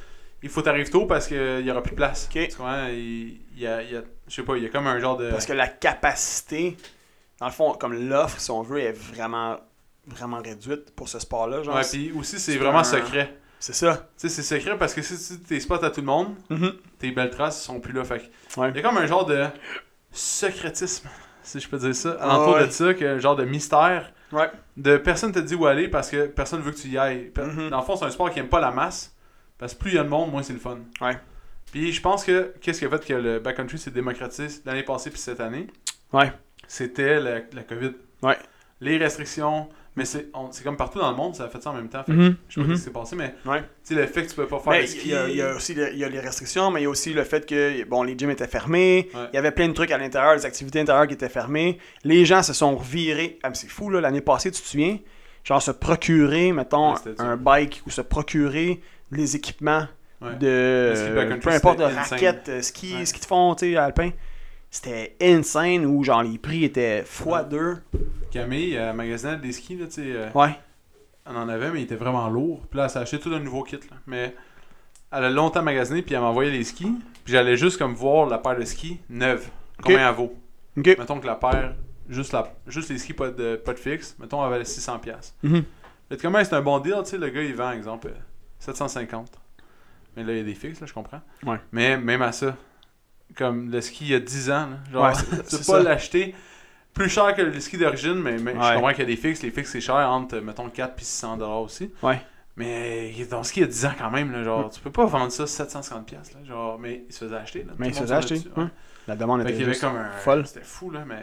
il faut t'arriver tôt parce qu'il n'y aura plus de place. Ok. Tu euh, comprends? Il, il y a, il y a- je sais pas, il y a comme un genre de... Parce que la capacité, dans le fond, comme l'offre, si on veut, est vraiment vraiment réduite pour ce sport-là. genre. Ouais, puis aussi, c'est c'est vraiment un- secret. c'est ça. Mm-hmm. Tu sais, c'est secret parce que si tu t'es spot à tout le monde, tes belles traces sont plus là. Fait que- Ouais. Il y a comme un genre de secrétisme, si je peux dire ça, alentour Ah ouais. de ça, que, un genre de mystère. Ouais. De personne te dit où aller parce que personne veut que tu y ailles. Pe- Mhm. Dans le fond, c'est un sport qui aime pas la masse. Parce que plus il y a de monde, moins c'est le fun. Ouais. Puis je pense que qu'est-ce qui a fait que le backcountry s'est démocratisé l'année passée puis cette année Ouais. C'était la, la COVID. Ouais. Les restrictions. Mais c'est on- c'est comme partout dans le monde, ça a fait ça en même temps. Fait que Mhm. Je sais pas Mhm. ce qui s'est passé, mais Ouais. tu sais, le fait que tu peux pas faire Mais de Ben, il ski. euh, y, a- il y a aussi le- il y a les restrictions, mais il y a aussi le fait que bon, les gyms étaient fermés, Ouais. il y avait plein de trucs à l'intérieur, des activités intérieures qui étaient fermées. Les gens se sont revirés. Ah, mais c'est fou, là, l'année passée, tu te souviens? Genre se procurer, mettons, Ouais, c'était un dur. bike ou se procurer les équipements Ouais. de. Le ski backcountry, peu importe, de c'était insane. raquettes, euh, ski, Ouais. ce qu'ils te font, tu sais, alpin. C'était insane où, genre, les prix étaient fois Ouais. deux. Camille, euh, magasinait des skis, là, tu sais, euh, Ouais. on en avait, mais il était vraiment lourd. Puis là, elle s'est acheté tout un nouveau kit. là. Mais elle a longtemps magasiné, puis elle m'envoyait les skis. Puis j'allais juste comme voir la paire de skis neuve. Combien elle vaut Ok. Mettons que la paire, juste, la, juste les skis pas de, pas de fixe, mettons, elle valait 600$. piastres. Mhm. Là, tu comment c'est un bon deal, tu sais, le gars, il vend, exemple, euh, 750. Mais là, il y a des fixes, là, je comprends. Ouais. Mais même à ça, comme le ski il y a 10 ans, là, genre, Ouais, tu peux c'est pas ça. l'acheter plus cher que le ski d'origine, mais, mais Ouais. je comprends qu'il y a des fixes. Les fixes, c'est cher, entre, euh, mettons, 4 puis 600 dollars aussi. Ouais. Mais il- ton ski il y a 10 ans quand même, là, genre, tu peux pas vendre ça 750$, piastres, là, genre, mais il se faisait acheter. Là, Mais il Tout se le faisait monde acheter. là-dessus, ouais. ouais. La demande Fait était qu'il y avait juste comme un. folle. C'était fou, là, mais.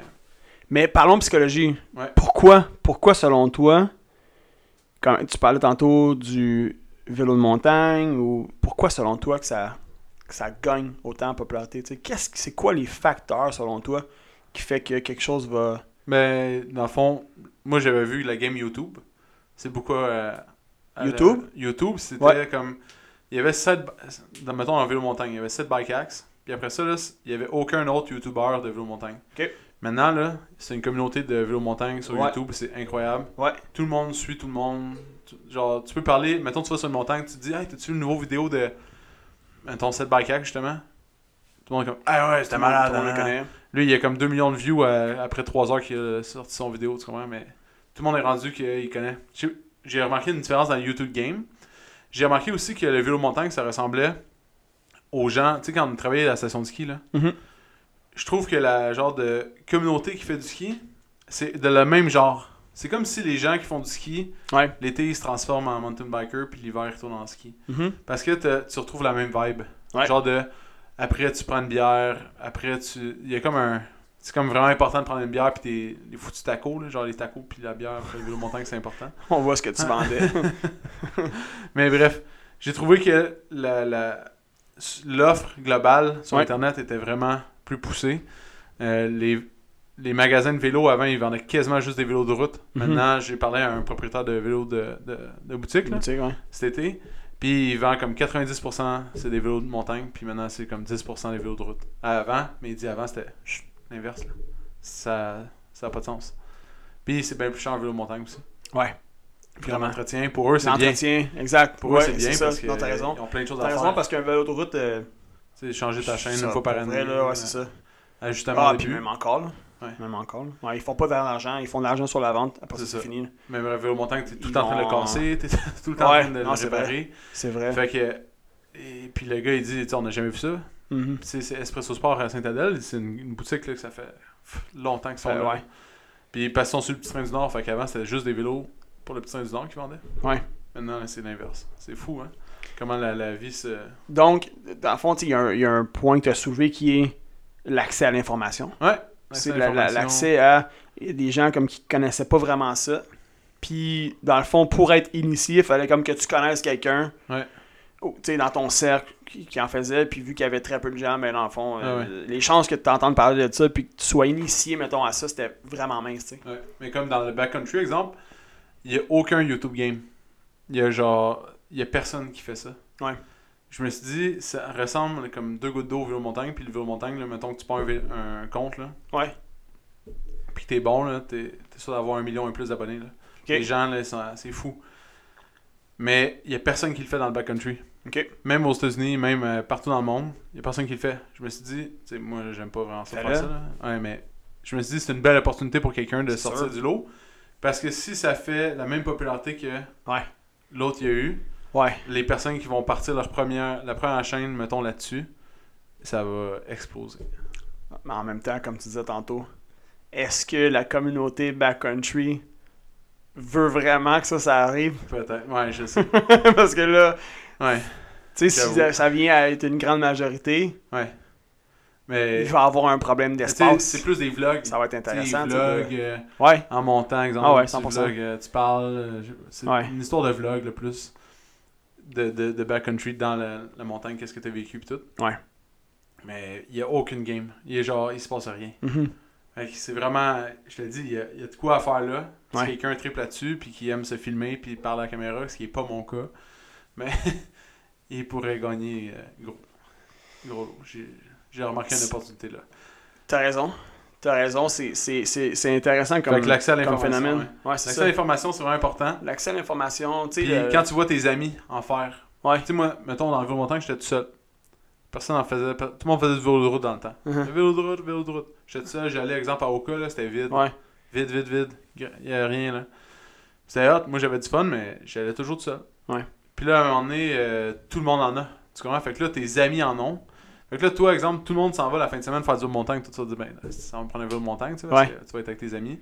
Mais parlons psychologie. Ouais. Pourquoi, pourquoi selon toi, quand tu parlais tantôt du vélo de montagne, ou pourquoi selon toi que ça, que ça gagne autant en popularité? Tu sais, Qu'est-ce que c'est quoi les facteurs selon toi qui fait que quelque chose va. Ben, dans le fond, moi j'avais vu la game YouTube. C'est beaucoup. euh, à la- YouTube? YouTube, c'était Ouais. comme. Il y avait 7. Dans, mettons, en vélo montagne, il y avait 7 bike axes. Puis après ça, là, c- il n'y avait aucun autre YouTuber de vélo montagne. Ok. Maintenant, là, c'est une communauté de vélo montagne sur Ouais. YouTube. C'est incroyable. Ouais. Tout le monde suit tout le monde. Tu- genre, tu peux parler. Mettons, tu vas sur une montagne, tu te dis, hey, t'as-tu vu une nouvelle vidéo de. Mettons, 7 bike axes, justement Tout le monde est comme, ah ouais, c'était malade. on le hein. connaît. Lui, il y a comme 2 millions de views euh, après 3 heures qu'il a sorti son vidéo, tu comprends? Mais tout le monde est rendu qu'il connaît. J'ai- J'ai remarqué une différence dans le YouTube game. J'ai remarqué aussi que le vélo montagne, ça ressemblait aux gens. Tu sais, quand on travaillait à la station de ski, là, Mhm. je trouve que la genre de communauté qui fait du ski, c'est de le même genre. C'est comme si les gens qui font du ski, Ouais. l'été, ils se transforment en mountain biker, puis l'hiver, ils retournent en ski. Mhm. Parce que t'as- tu retrouves la même vibe. Ouais. Genre de. Après, tu prends une bière. Après, tu. Il y a comme un. C'est comme vraiment important de prendre une bière. Puis tes- les foutus tacos, là, genre les tacos. Puis la bière après le vélo montagne, c'est important. On voit ce que tu vendais. Mais bref, j'ai trouvé que la- la- l'offre globale sur Ouais. Internet était vraiment plus poussée. Euh, les, les magasins de vélos, avant, ils vendaient quasiment juste des vélos de route. Mhm. Maintenant, j'ai parlé à un propriétaire de vélos de, de, de boutique. là Tu sais, ouais. cet été. Puis il vend comme 90% c'est des vélos de montagne, puis maintenant c'est comme 10% des vélos de route. Avant, mais il dit avant c'était chut, l'inverse. là. Ça ça a pas de sens. Puis c'est bien plus cher en vélo de montagne aussi. Ouais. Puis Vraiment. l'entretien, pour eux c'est bien. L'entretien, exact. Pour Ouais, eux c'est bien ça. parce que Non, t'as raison. ils ont plein de choses T'as à raison faire. parce qu'un vélo de route, Tu sais, changer ta chaîne euh, Ça, une fois par pour année. euh, vrai, là, ouais, c'est ça. Ajustement Ah, au puis début. même encore, là. Ouais. Même encore, là. Ouais, ils font pas d'argent, ils font de l'argent sur la vente. Après, C'est ça, c'est ça. fini. là. Même révéler au montant que t'es tout Ils le temps en train de le vont- casser, t'es tout le temps Ouais, en train de non, le c'est vrai. réparer. C'est vrai. Fait que. Et puis le gars, il dit, tu sais, on n'a jamais vu ça. Mhm. Puis c'est c'est Espresso Sport à Saint-Adèle, c'est une, une boutique là, que ça fait pff, longtemps qu'ils sont Fait, là. Ah, ouais. Puis parce qu'ils sont sur le petit train du Nord, fait qu'avant c'était juste des vélos pour le petit train du Nord qui vendaient. Ouais. Maintenant, là, c'est l'inverse. C'est fou, hein? Comment la, la vie se. Donc, dans le fond, tu sais, il y, a un- il y a un point que tu as soulevé qui est l'accès à l'information. Ouais! C'est à la- la- l'information. l'accès à il y a des gens comme qui connaissaient pas vraiment ça. Puis, dans le fond, pour être initié, il fallait comme que tu connaisses quelqu'un. Ouais. ou, tu sais, dans ton cercle qui, qui en faisait. Puis, vu qu'il y avait très peu de gens, mais dans le fond, euh, Ah les chances que tu t'entendes parler de ça puis que tu sois initié, mettons, à ça, c'était vraiment mince, tu sais. Ouais. Mais comme dans le backcountry, exemple, il n'y a aucun YouTube game. Il y a genre. Il y a personne qui fait ça. Ouais. Je me suis dit, ça ressemble comme deux gouttes d'eau au vélo montagne. Puis le vélo montagne, là, mettons que tu prends un, vé- un compte, là. Ouais. Puis que t'es bon, là. T'es t'es sûr d'avoir un million et plus d'abonnés, là. Les gens, là, ils sont- c'est fou. Mais il n'y a personne qui le fait dans le backcountry. OK. Même aux États-Unis, même euh, partout dans le monde, il n'y a personne qui le fait. Je me suis dit, tu sais, moi, j'aime pas vraiment ça Fais-le. faire ça. là. Ouais, mais je me suis dit, c'est une belle opportunité pour quelqu'un de C'est sortir sûr. du lot. Parce que si ça fait la même popularité que Ouais. l'autre, il y a eu, Ouais. les personnes qui vont partir leur première, la première chaîne, mettons là-dessus, ça va exploser. Mais en même temps, comme tu disais tantôt, est-ce que la communauté backcountry veut vraiment que ça, ça arrive? Peut-être. Ouais, je sais. Parce que là, Ouais, tu sais, si J'avoue. ça vient à être une grande majorité, ouais. Mais. il va avoir un problème Euh, tu sais, C'est d'espace. plus des vlogs. Ça va être Tu sais, intéressant. Des tu sais, de- vlogs. euh, Ouais, En montant, exemple, Ah ouais, tu, 100%. vlogs, euh, tu parles. euh, je- C'est Ouais. une histoire de vlog le plus de, de, de backcountry dans la, la montagne, qu'est-ce que tu as vécu pis tout. Ouais. Mais il n'y a aucune game. Il est genre, il se passe rien. mhm, Fait que c'est vraiment, je le dis, il y, a- il y a de quoi à faire là. Si Ouais. quelqu'un triple là-dessus, puis qui aime se filmer, puis parle à la caméra, ce qui n'est pas mon cas, mais il pourrait gagner euh, gros. Gros, lot. J'ai- j'ai remarqué une opportunité là. T'as raison. T'as raison, c'est- c'est c'est- c'est intéressant comme, Fait que l'accès à comme l'information. phénomène. ouais. Ouais, L'accès c'est à ça. l'information, c'est vraiment important. L'accès à l'information, tu sais. Puis le- quand tu vois tes amis en faire. Ouais. Tu sais, moi, mettons, dans le vélo montagne, j'étais tout seul. Personne en faisait. Tout le monde faisait du vélo de route dans le temps. Mhm. Le vélo de route, vélo de route. J'étais tout seul, j'allais, exemple, à Oka, là, c'était vide. Ouais. Vide, vide, vide. Il n'y a rien, là. C'était hot. Moi, j'avais du fun, mais j'allais toujours tout seul. Ouais. Puis là, à un moment donné, euh, tout le monde en a. Tu comprends? Fait que là, tes amis en ont. Fait que là, toi, exemple, tout le monde s'en va la fin de semaine faire du vélo de montagne. Tout ça, tu dis, ben, là, ça va me prendre un vélo de montagne, tu sais, parce Ouais. que tu vas être avec tes amis.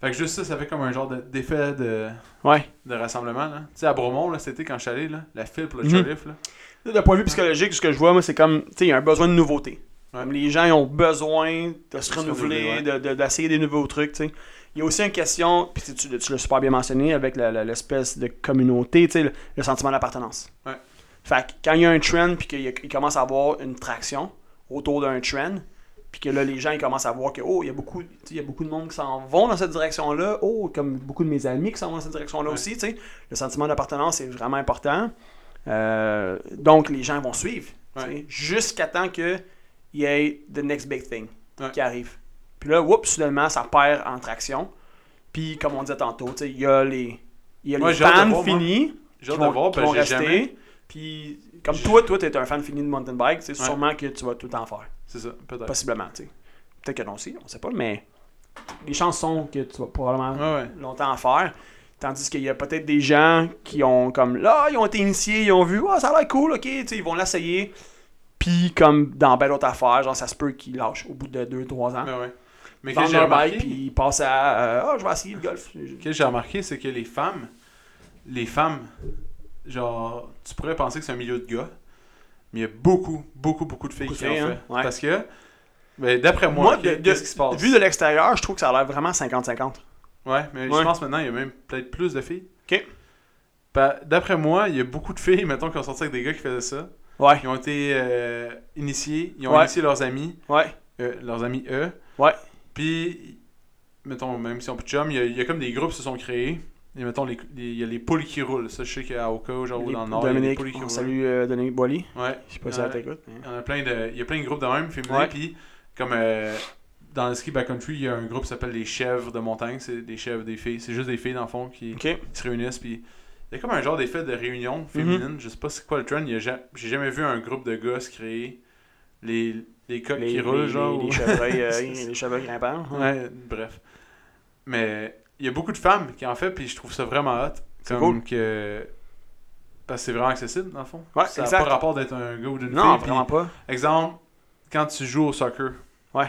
Fait que juste ça, ça fait comme un genre de- d'effet de Ouais. de rassemblement. là. Tu sais, à Bromont, là, c'était quand je suis allé, là, la file pour le Mhm. chalet, là. D'un point de vue psychologique, ce que je vois, moi, c'est comme, tu sais, il y a un besoin de nouveauté. Ouais. Comme les gens, ils ont besoin de se Se renouveler, renouveler, ouais. de- de- d'essayer des nouveaux trucs, tu sais. Il y a aussi une question, puis tu, tu l'as super bien mentionné, avec la- la- l'espèce de communauté, tu sais, le, le sentiment d'appartenance. Ouais. Fait que quand il y a un trend, puis qu'il y a- il commence à avoir une traction autour d'un trend, puis que là, les gens, ils commencent à voir que, oh, il y a beaucoup, tu sais, il y a beaucoup de monde qui s'en vont dans cette direction-là, oh, comme beaucoup de mes amis qui s'en vont dans cette direction-là Ouais. aussi, tu sais. Le sentiment d'appartenance est vraiment important. Euh, donc, les gens vont suivre. tu sais, Ouais. Jusqu'à temps qu'il y ait the next big thing Ouais. qui arrive. Puis là, whoop, soudainement, ça perd en traction. Puis, comme on disait tantôt, tu sais, il y a les, il y a Moi, les j'ai hâte de fans voir, moi. finis J'ai qui hâte vont, de voir, qui parce vont que j'ai rester. jamais... Puis, comme J'ai- toi, toi, t'es un fan fini de mountain bike, c'est Ouais. sûrement que tu vas tout le temps faire. C'est ça, peut-être. Possiblement, tu sais. Peut-être que non, si, on sait pas, mais les chances sont que tu vas probablement Ouais, ouais. longtemps à faire. Tandis qu'il y a peut-être des gens qui ont comme là, ils ont été initiés, ils ont vu, Ah, ça a l'air cool, ok, tu sais, ils vont l'essayer. Puis comme dans belle autre affaire, genre ça se peut qu'ils lâchent au bout de 2-3 ans. Ouais, ouais. Mais Ils qu'est-ce vendent que j'ai Hein? leur remarqué, bike, puis ils passent à euh, Ah, je vais essayer le golf. qu'est-ce que j'ai remarqué, c'est que les femmes, les femmes, genre, tu pourrais penser que c'est un milieu de gars, mais il y a beaucoup, beaucoup, beaucoup de filles Beaucoup qui de l'ont filles, fait. hein, ouais. Parce que, ben, d'après moi, Moi, ok, de- de- qu'est-ce qui se passe? Vu de l'extérieur, je trouve que ça a l'air vraiment 50-50. Ouais, mais Ouais. je pense maintenant, il y a même peut-être plus de filles. Ok. Ben, d'après moi, il y a beaucoup de filles, mettons, qui ont sorti avec des gars qui faisaient ça. Ouais, Ils ont été euh, initiés, ils ont Ouais. initié leurs amis, ouais, euh, leurs amis eux. Ouais. Puis, mettons, même si on peut chum, il y, a- il y a comme des groupes qui se sont créés. Et mettons, les- les- il y a les poules qui roulent. Ça, je sais qu'à Oka, genre, ou Les- dans le Nord, il y a des Dominique, poules qui on roulent. salue euh, Dominique Boily. Ouais. Je sais pas si ça Ouais. t'écoute. mais- Il y en a plein de, il y a plein de groupes de même, féminins. Ouais. Puis, comme euh, dans le ski backcountry, il y a un groupe qui s'appelle les chèvres de montagne. C'est des chèvres des filles. C'est juste des filles, dans le fond, qui Ok, qui se réunissent. Puis il y a comme Mhm. un genre d'effet de réunion féminine. Je sais pas c'est quoi le trend. il y a ja- J'ai jamais vu un groupe de gars se créer les, les coques les, qui les- roulent, les- genre. Les, ou- chevreuils, euh, C'est ça. les chevreuils grimpants. ouais. Ouais, bref. Mais il y a beaucoup de femmes qui en fait, puis je trouve ça vraiment hot. C'est Comme cool. que. Parce que c'est vraiment accessible, dans le fond. Ouais, ça n'a exact. pas rapport d'être un gars ou d'une Non, fille. puis- vraiment pas. Exemple, quand tu joues au soccer. Ouais.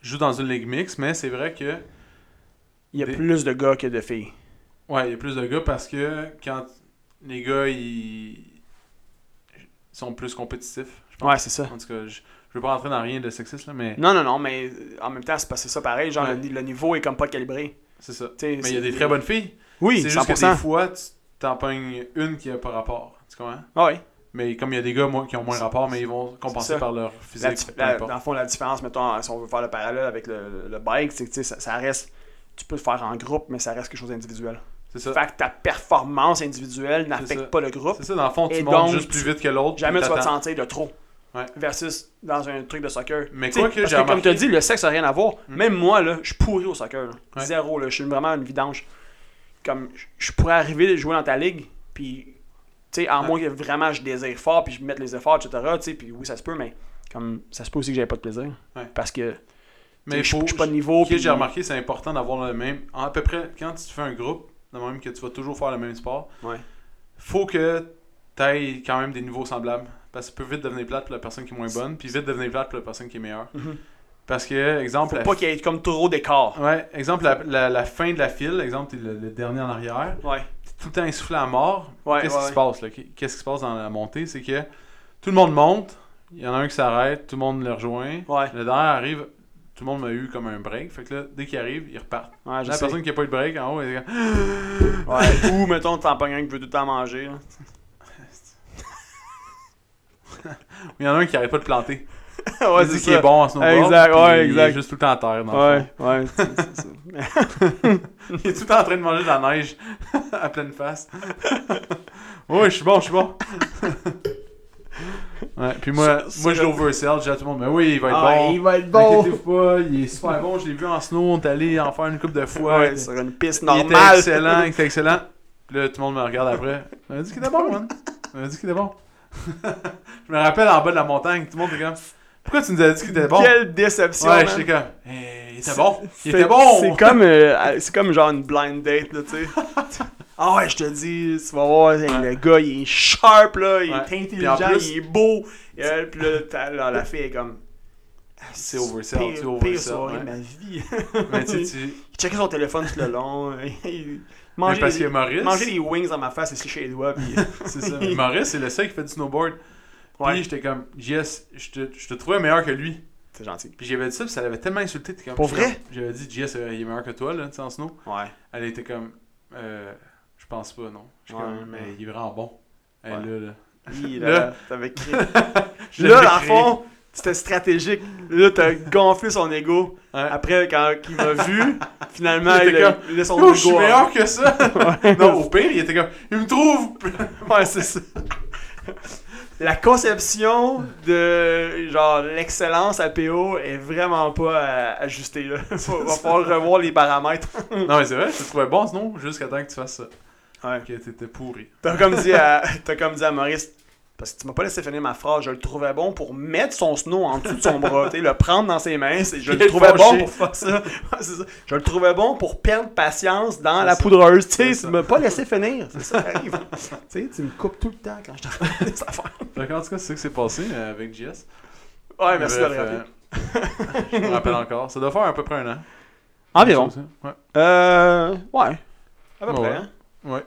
Je joue dans une ligue mixte, mais c'est vrai que. Il y a Des- plus de gars que de filles. Ouais, il y a plus de gars parce que quand les gars, ils sont plus compétitifs. je pense. Ouais, c'est ça. En tout cas, je, je veux pas rentrer dans rien de sexiste, là, mais Non, non, non, mais euh, en même temps, c'est parce que c'est ça pareil. Genre, Ouais. le, le niveau est comme pas calibré. c'est ça. T'sais, Mais il y a c'est- des très bonnes filles. Oui, c'est 100%. juste que des fois, tu t'en pognes une qui a pas rapport. Tu comprends? Ah ouais. Mais comme il y a des gars moi, qui ont moins C'est- rapport, mais ils vont compenser ça. par leur La physique. dif- peu la- importe. dans le fond, la différence, mettons, euh, si on veut faire le parallèle avec le, le bike, c'est que tu sais, ça, ça reste. Tu peux le faire en groupe, mais ça reste quelque chose d'individuel. C'est ça. Fait que ta performance individuelle ça. n'affecte pas le groupe. C'est ça, dans le fond, tu Et montes donc, juste plus vite que l'autre. Jamais puis tu vas te t'attends. sentir de trop. Ouais. Versus dans un truc de soccer. Mais T'sais, quoi que parce j'ai comme tu as remarqué- dit, le sexe n'a rien à voir. Mm. Même moi, là, je suis pourri au soccer. là. Ouais. Zéro. là. Je suis vraiment une vidange. Comme je- je pourrais arriver à jouer dans ta ligue, puis tu sais, à Ouais. moins que vraiment je désire fort, puis je mette les efforts, etc. tu sais, Puis oui, ça se peut, mais comme ça se peut aussi que j'avais pas de plaisir. Ouais. Parce que Mais mais je faut- je suis pas de niveau. Ok, puis- j'ai remarqué, c'est important d'avoir le même. À peu près, quand tu fais un groupe, de même que tu vas toujours faire le même sport, Ouais. faut que tu ailles quand même des niveaux semblables. Parce que ça peut vite devenir plate pour la personne qui est moins bonne, puis vite devenir plate pour la personne qui est meilleure. Mhm. Parce que, exemple, Faut la, pas qu'il y ait comme trop d'écart. ouais, exemple la, la- la fin de la file, exemple, t'es le, le dernier en arrière, Ouais. t'es tout le temps essoufflé à mort. Ouais, Qu'est-ce ouais, qui se ouais. passe là Qu'est- Qu'est-ce qui se passe dans la montée C'est que tout le monde monte, il y en a un qui s'arrête, tout le monde le rejoint. Ouais. Le dernier arrive, tout le monde m'a eu comme un break. Fait que là, dès qu'il arrive, il repart. Ouais, Ah, je La sais. personne qui a pas eu de break en haut, elle est comme, Ouais. Ou mettons, t'en pognes un qui veut tout le temps manger. là. il y en a un qui arrête pas de planter. ouais, il dit c'est qu'il est ça. bon en ce moment. Exact, ouais, Il est exact. juste tout le temps à terre. Dans le Ouais, fond. ouais. c'est- c'est ça. Il est tout le temps en train de manger de la neige à pleine face. oui, je suis bon, je suis bon. ouais, puis moi, Ça- moi je ça- l'oversell, je dis à tout le monde, mais oui, il va être Ah, bon. Il va être bon. Inquiétez-vous pas, il est super bon. Je l'ai vu en snow, on est allé en faire une coupe de fois. Ouais, sur une piste Il était normale. excellent, il était excellent. Puis là, tout le monde me regarde après. On m'a dit qu'il était bon, man. On m'a dit qu'il était bon. je me rappelle en bas de la montagne, tout le monde était comme Pourquoi tu nous as dit qu'il était bon Quelle déception. Ouais, man. j'étais comme Eh, Il était C'est- bon Il c'est- était bon C'est comme, euh, c'est comme genre une blind date, là, tu sais. Ah ouais, je te dis, tu vas voir, hey, le gars, il est sharp, là, il Ouais. est Puis en intelligent, plus- il est beau. Et euh, puis là, t'as- là, la fille est comme. C'est oversell, pire- c'est pire oversell, soirée ouais. de ma vie. Mais tu sais, tu- Il checkait son téléphone tout le long. il mais mangeait parce des- que Maurice, manger des wings dans ma face et se lécher les doigts. Puis... c'est ça. mais Maurice, c'est le seul qui fait du snowboard. Puis ouais, j'étais comme, yes, je te, je te trouvais meilleur que lui. c'est gentil. Puis j'avais dit ça, puis ça l'avait tellement insulté. t'es comme- Pour vrai? J'avais dit, Jess, euh, il est meilleur que toi, là, tu sais, en snow. Ouais. Elle était comme, euh, je pense pas, non. Je suis Ouais, comme, mais ouais. il est vraiment bon. Elle, Ouais. là, là. Oui, Là. là, là, t'avais créé. Je là, l'avais dans le créé. fond, c'était stratégique. Là, t'as gonflé son ego. Ouais. Après, quand il m'a vu, finalement, Il il, était a- comme, il a son Oh, ego. hein. je suis en- meilleur que ça! Ouais. non, au pire, il était comme, il me trouve! Ouais, c'est ça. La conception de genre l'excellence à PO est vraiment pas euh, ajustée là. Va, va falloir revoir les paramètres. non, mais c'est vrai, je te trouvais bon, sinon, jusqu'à temps que tu fasses ça. Ouais. Que t'étais pourri. T'as comme dit à t'as comme dit à Maurice parce que tu m'as pas laissé finir ma phrase, je le trouvais bon pour mettre son snow en dessous de son bras, tu sais, le prendre dans ses mains, c'est- je Et le trouvais bon fâché. pour faire ça. Ouais, c'est ça. Je le trouvais bon pour perdre patience dans C'est la ça. poudreuse, tu sais, C'est tu ça. m'as pas laissé finir, c'est ça qui arrive. tu sais, tu me coupes tout le temps quand je t'en fais des affaires. Fait qu'en tout cas, c'est ça qui s'est passé euh, avec Jess. Ouais, merci de Bref, le rappeler. euh, je me rappelle encore. Ça doit faire à peu près un an. Environ. Quelque chose, hein. Euh ouais. À peu Ouais, près. ouais. hein. Ouais. Ouais.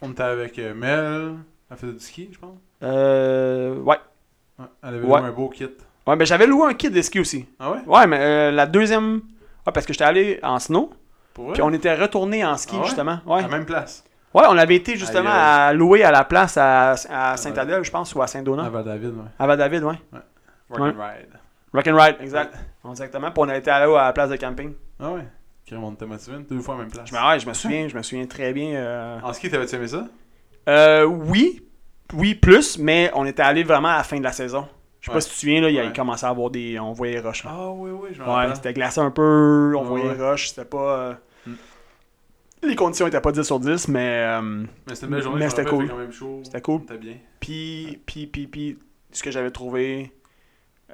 On était avec euh, Mel. Elle faisait du ski, je pense. Euh ouais. Ouais. Elle avait Ouais. eu un beau kit. Ouais, mais j'avais loué un kit de ski aussi. Ah ouais? Ouais, mais euh, la deuxième Ouais, parce que j'étais allé en snow, Pour vrai? puis on était retourné en ski Ah ouais? justement. À Ouais. la même place. Ouais, on avait été justement Aïe, à louer à la place à, à Saint-Adèle, je pense, ou à Ah, Saint-Donat. vers David, ouais. À Val-David, ouais. Rock Ouais. and ride. Rock and Ride, exact. Exactement. Puis on a été à là à la place de camping. Ah ouais? Carrément, on était motivé. Deux fois à la même place. Je me, ouais, je me souviens, je me souviens très bien. euh. En ski, t'avais-tu aimé ça? Euh, oui, oui, plus, mais on était allé vraiment à la fin de la saison. Je sais Ouais. pas si tu te souviens, là, il y a- Ouais. il commençait à avoir des. On voyait les roches. là. Ah oui, oui, je me ouais, Ah c'était glacé un peu, on Ouais, voyait ouais. les roches, c'était pas. euh, Hmm. Les conditions étaient pas 10 sur 10, mais. euh, Mais c'était une belle journée, Mais je me c'était rappelle, cool. il fait quand même chaud. C'était cool. C'était bien. Puis, puis, puis, puis, ce que j'avais trouvé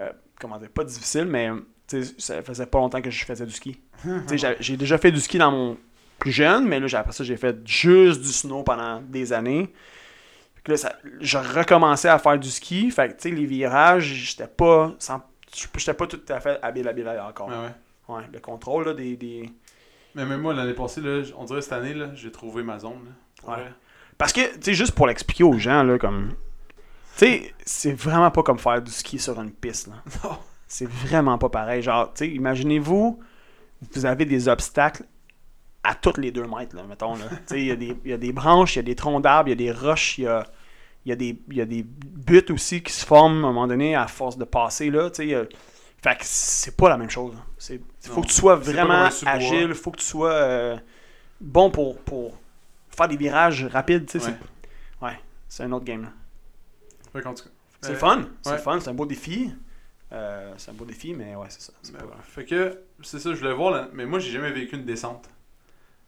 euh, comment dire, pas difficile, mais tu sais, ça faisait pas longtemps que je faisais du ski. Tu sais, j'a- j'ai déjà fait du ski dans mon plus jeune, mais là, j'ai- après ça, j'ai fait juste du snow pendant des années. Fait que là, ça- je recommençais à faire du ski. Fait que, tu sais, les virages, j'étais pas, sans- j'étais pas tout à fait habile, habile encore. Ah ouais. Ouais, le contrôle là, des, des, Mais même moi, l'année passée, là, j- on dirait cette année, là, j'ai trouvé ma zone. là. Pour Ouais. vrai. Parce que, tu sais, juste pour l'expliquer aux gens, là, comme. Tu sais, c'est vraiment pas comme faire du ski sur une piste, là. Non. C'est vraiment pas pareil. Genre, tu sais, imaginez-vous, vous avez des obstacles à toutes les deux mètres, là, mettons, là. Tu sais, il y a des- il y, a des branches, il y a des troncs d'arbres, il y a des roches, il y a. Il y, a des, il y a des buts aussi qui se forment à un moment donné à force de passer. Là, tu sais, il y a- Fait que c'est pas la même chose. Il faut Non. que tu sois C'est pas comme vraiment un sous-bois. agile, faut que tu sois euh, bon pour, pour faire des virages rapides. tu sais, c'est- Ouais. c'est un autre game. là. Fait qu'en tout cas, C'est euh, le fun. C'est le ouais. fun. C'est un beau défi. Euh, c'est un beau défi, mais ouais, c'est ça. C'est ben, pas- fait que, c'est ça, je voulais voir, là, mais moi, j'ai jamais vécu une descente.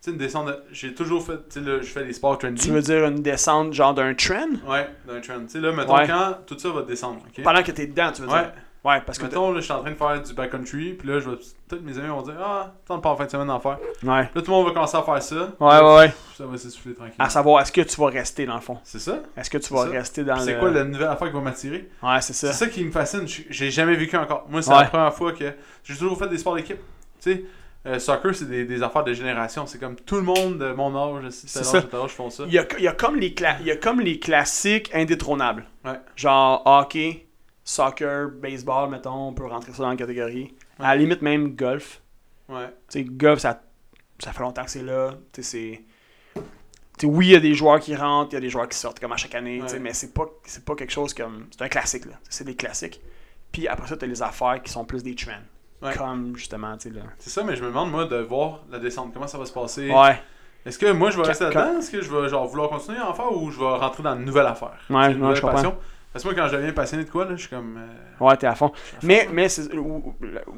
Tu sais, une descente, de- j'ai toujours fait, tu sais, là, je fais des sports trendy. Tu veux dire une descente genre d'un trend Ouais, d'un trend. Tu sais, là, mettons, Ouais. quand tout ça va descendre, ok? Pendant que t'es dedans, tu veux Ouais, dire Ouais, parce que. t'as- mettons, là, je suis en train de faire du backcountry, puis là, je vais, peut-être mes amis vont dire, ah, tente pas en fin de semaine d'en faire. Puis Ouais. là, tout le monde va commencer à faire ça. Ouais, Ah, ouais, ouais. Ça va s'essouffler tranquillement. À savoir, est-ce que tu vas rester dans le fond c'est ça? Est-ce que tu C'est vas ça. rester dans C'est le. quoi la nouvelle affaire qui va m'attirer? Ouais, c'est ça. C'est ça qui me fascine. Je- J'ai jamais vécu encore. Moi, c'est Ouais. la première fois que. J'ai toujours fait des sports d'équipe. Tu sais, euh, soccer, c'est des, des affaires de génération. C'est comme tout le monde de mon âge, si C'est tel ça. âge, tel âge, font ça. Il y a, il y a comme les cla- il y a comme les classiques indétrônables. Ouais. Genre hockey, soccer, baseball, mettons, on peut rentrer ça dans la catégorie. Ouais. À la limite, même golf. Ouais. Tu sais, golf, ça, ça fait longtemps que c'est là. Tu sais, c'est. tu sais, oui, il y a des joueurs qui rentrent, il y a des joueurs qui sortent comme à chaque année, tu sais, Ouais. mais c'est pas, c'est pas quelque chose comme. C'est un classique, là. C'est des classiques. Puis après ça, t'as les affaires qui sont plus des trends. Ouais. Comme justement, tu sais, là. C'est ça, mais je me demande, moi, de voir la descente. Comment ça va se passer? Ouais, Est-ce que moi, je vais Quand- rester là-dedans? Est-ce que je vais genre vouloir continuer à en faire ou je vais rentrer dans une nouvelle affaire? Ouais, C'est une non, nouvelle je comprends. Parce que moi, quand je deviens passionné de quoi, là, je suis comme. euh, ouais, t'es à fond. Mais, mais c'est- où,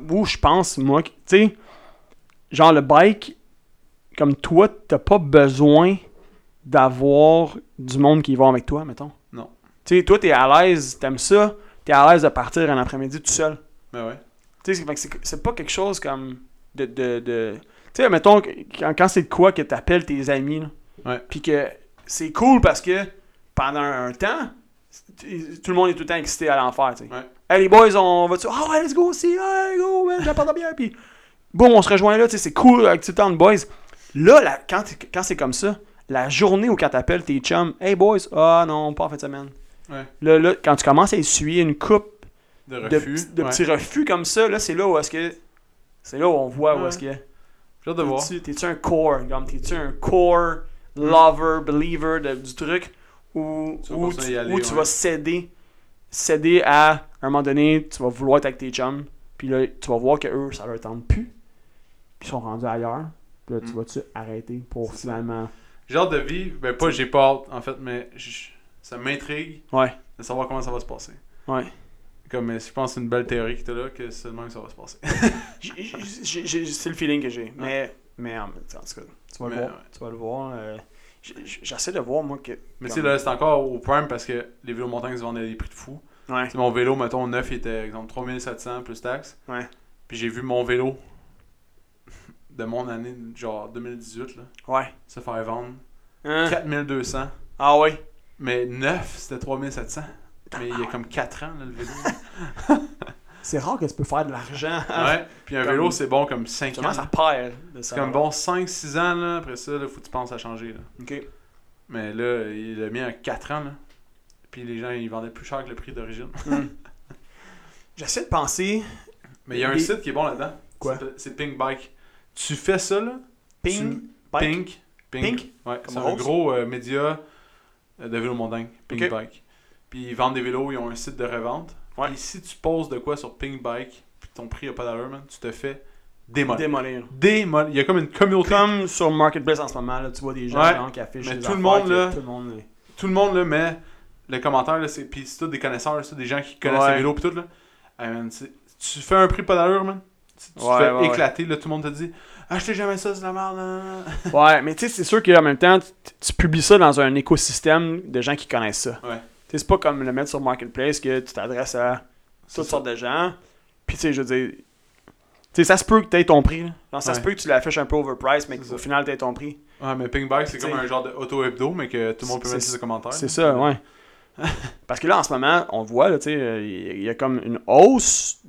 où je pense, moi, que- tu sais, genre le bike, comme toi, t'as pas besoin d'avoir du monde qui y va avec toi, mettons. Non. Tu sais, toi, t'es à l'aise, t'aimes ça, t'es à l'aise de partir un après-midi tout seul. Mais ben ouais. Tu sais, c'est- fait que c'est- c'est pas quelque chose comme de. de, de- Tu sais, mettons, que- quand, quand c'est de quoi que t'appelles tes amis, là. Ouais. Puis que c'est cool parce que pendant un temps, t- tout le monde est tout le temps excité à l'enfer, tu sais. Ouais. Hey les boys, on va tu Ah ouais, let's go aussi, hey go, man, j'apporte la bière, puis boum, on se rejoint là, tu sais, c'est cool, activité entre boys. Là, la- quand, t'es- quand c'est comme ça, la journée où quand t'appelles tes chums, hey boys, ah non, pas en fin de semaine. Ouais. Là, là, quand tu commences à essuyer une coupe De de, refus. petits- de ouais. petits refus comme ça, là, c'est là où est-ce que. C'est là où on voit où Ouais. est-ce que. J'ai hâte de voir. T'es-tu- T'es-tu un core, comme t'es-tu un core lover, believer de- du truc, ou Tu vas ou continuer tu, à y ou aller, tu ouais. vas céder, céder à, à un moment donné, tu vas vouloir être avec tes chums, puis là, tu vas voir que eux, ça leur tente plus, puis ils sont rendus ailleurs, puis là, tu Mm. vas-tu arrêter pour C'est ça. finalement. J'ai hâte de vivre. Ben, pas, j'ai pas hâte, en fait, mais j- ça m'intrigue Ouais, de savoir comment ça va se passer. ouais. Comme euh, je pense que c'est une belle théorie que t'as là, que seulement que ça va se passer. J'ai- j'ai- j'ai- C'est le feeling que j'ai. Mais, mais en en tout cas, tu vas le Mais, voir. ouais. Tu vas le voir. euh, j'- j'- J'essaie de voir, moi, que. Mais tu sais, comme- là, c'est encore au prime parce que les vélos montagnes se vendaient à des prix de fou. Ouais. Tu sais, mon vélo, mettons, neuf, il était, exemple, 3700 plus taxes. Ouais. Puis j'ai vu mon vélo de mon année, genre 2018, là, Ouais. se faire vendre Hein? 4200. Ah ouais. Mais neuf, c'était 3700. Mais il y a comme 4 ans, là, le vélo. C'est rare que tu peux faire de l'argent. ouais. Puis un Ah. Comme- vélo, c'est bon comme 5 ans. Justement, ça perd de ça. C'est comme bon 5-6 ans, là. Après ça, là, faut que tu penses à changer, là. Ok. Mais là, il l'a mis à 4 ans, là. Puis les gens, ils vendaient plus cher que le prix d'origine. J'essaie de penser. Mais il y a un Des- site qui est bon là-dedans. Quoi? C'est- C'est Pink Bike. Tu fais ça, là. Ping. Pink. Pink. Pink. Pink? Ouais, Comme c'est un rose? gros euh, média euh, de vélo montagne. Pink Ok. Bike. Puis ils vendent des vélos, ils ont un site de revente. Ouais. Puis si tu poses de quoi sur Pink Bike, puis ton prix n'a pas d'allure, man, tu te fais démolir. Démolir. Démolir. Il y a comme une communauté. Comme sur Marketplace en ce moment, là, tu vois des gens Ouais. genre, qui affichent Mais les tout le affaires monde, que là- Tout le monde. est- Tout le monde, là, met le commentaire, là, c'est... puis c'est tous des connaisseurs, c'est tous des gens qui connaissent Ouais. les vélos, puis tout, là. Hey, man, c'est- tu fais un prix pas d'allure, man. Tu, tu Ouais, te fais ouais, ouais. éclater, là, tout le monde te dit Achetez jamais ça, c'est de la merde. nan, nan, nan. Ouais, mais tu sais, c'est sûr qu'en même temps, tu, tu publies ça dans un écosystème de gens qui connaissent ça. Ouais. Tu sais, C'est pas comme le mettre sur Marketplace que tu t'adresses à toutes ça. sortes de gens. Puis, tu sais, je veux dire, tu sais, ça se peut que tu aies ton prix. là. Genre, ça se Ouais. peut que tu l'affiches un peu overpriced, mais C'est qu'au ça. final, tu aies ton prix. Ouais, mais Pingback, c'est T'sais- comme un genre de auto-hebdo, mais que tout le monde peut C'est- mettre ses commentaires. C'est ça, ouais. Parce que là, en ce moment, on voit, là, tu sais, euh, il y a comme une hausse. tu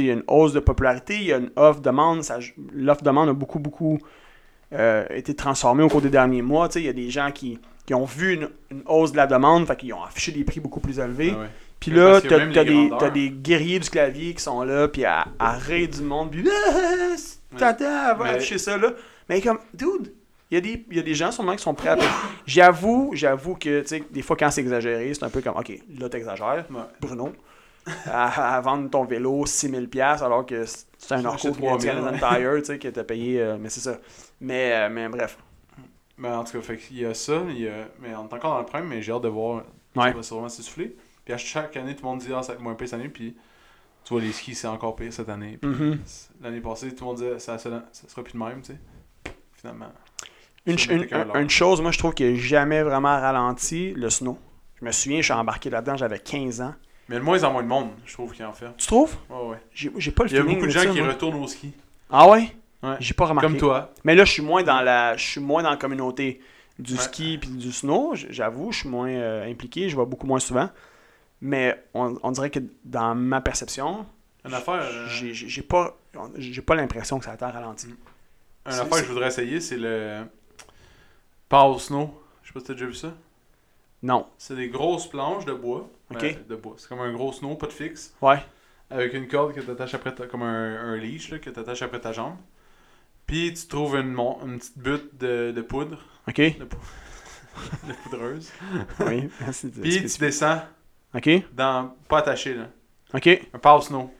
sais, Il y a une hausse de popularité, il y a une offre-demande. ça- L'offre-demande a beaucoup, beaucoup euh, été transformée au cours des derniers mois. tu sais, Il y a des gens qui, qui ont vu une, une hausse de la demande, fait qu'ils ont affiché des prix beaucoup plus Ah élevés. ouais. Puis Mais là, parce que t'as même t'as les des, grandeurs- t'as des guerriers du clavier qui sont là, puis à, à rire du monde, puis Ah, si t'attends, elle va Mais- afficher ça là. Mais comme, dude, il y, a des- il y a des gens sûrement qui sont prêts à. J'avoue, j'avoue que, tu sais, des fois quand c'est exagéré, c'est un peu comme, ok, là t'exagères, Ouais. Bruno, à, à vendre ton vélo 6000$ alors que c'est- c'est un J'ai orco acheté qui vient de 3000, Canadian Tire, tu sais, qui t'a payé, euh, mais c'est ça. Mais, euh, mais bref. Mais Ben, en tout cas, fait il y a ça, il y a... mais on est encore dans le problème, mais j'ai hâte de voir. Ouais. Ça va sûrement s'essouffler. Puis à chaque année, tout le monde dit, ah, ça va être moins pire cette année, puis tu vois, les skis, c'est encore pire cette année. Puis Mhm. L'année passée, tout le monde disait, ça, ça, ça sera plus de même, tu sais. Finalement. Une, Ça une- n'était qu'un un- leurre. une chose, moi, je trouve qui n'a jamais vraiment ralenti, le snow. Je me souviens, je suis embarqué là-dedans, j'avais 15 ans. Mais de moins en moins de monde, je trouve, qui en fait. Tu trouves? Ouais, ouais. J'ai j'ai pas le Il y a feeling beaucoup de gens ça, qui moi. retournent au ski. Ah ouais? Ouais. J'ai pas remarqué. Comme toi. Mais là, je suis moins dans la je suis moins dans la communauté du Ouais. ski puis du snow. J- J'avoue, je suis moins euh, impliqué, je vois beaucoup moins souvent. Mais on, on dirait que dans ma perception, Une affaire, euh, j'ai j'ai- j'ai pas j'ai pas l'impression que ça a été ralenti. Mm. une c'est- affaire que c'est- je voudrais essayer, c'est le. Pas au snow. Je sais pas si t'as déjà vu ça. Non. C'est des grosses planches de bois. Ok. Ben, de bois. C'est comme un gros snow, pas de fixe. Ouais. avec une corde que t'attaches après ta, comme un, un leash là, que t'attaches après ta jambe. Puis tu trouves une, mon- une petite butte de, de poudre, OK. de poudreuse. oui. Merci de Puis tu spécifier. descends OK. dans pas attaché là, OK. un passe snow.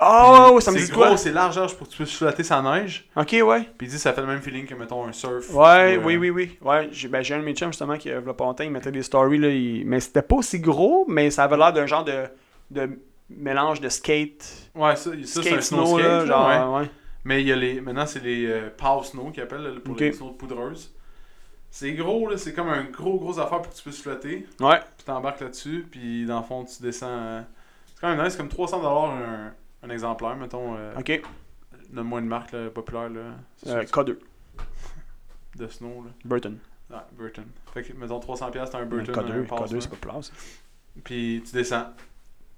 Oh, Puis ça me c'est dit de quoi? gros, c'est large, large pour que tu puisses flotter sa neige. Ok, ouais. Puis il dit ça fait le même feeling que mettons un surf. Ouais, Ou, euh, oui, oui, oui. Ouais, j'ai ben, j'ai un de mes chums justement qui, euh, v'là pas longtemps, il mettait des stories. Là, il- Mais c'était pas aussi gros, mais ça avait l'air d'un genre de, de mélange de skate. euh, Ouais, ça, ça c'est skate un snow, skate, là, genre. ouais. ouais. Mais il y a les. Maintenant, c'est les euh, pow snow qu'ils appellent là, pour Ok. les snow de poudreuse. C'est gros, là, c'est comme un gros, gros affaire pour que tu puisses flotter. Ouais. Puis t'embarques là-dessus, puis dans le fond, tu descends. euh, C'est quand même nice, comme 300$ un, un exemplaire, mettons. Euh, Ok. Donne-moi une marque là, populaire là, c'est Euh, sûr, K2, de snow. Là. Burton. Ah, Burton. Fait que, mettons 300$, t'as un Mais Burton. un K2, pass, K2 c'est là. pas plus ça. Puis tu descends.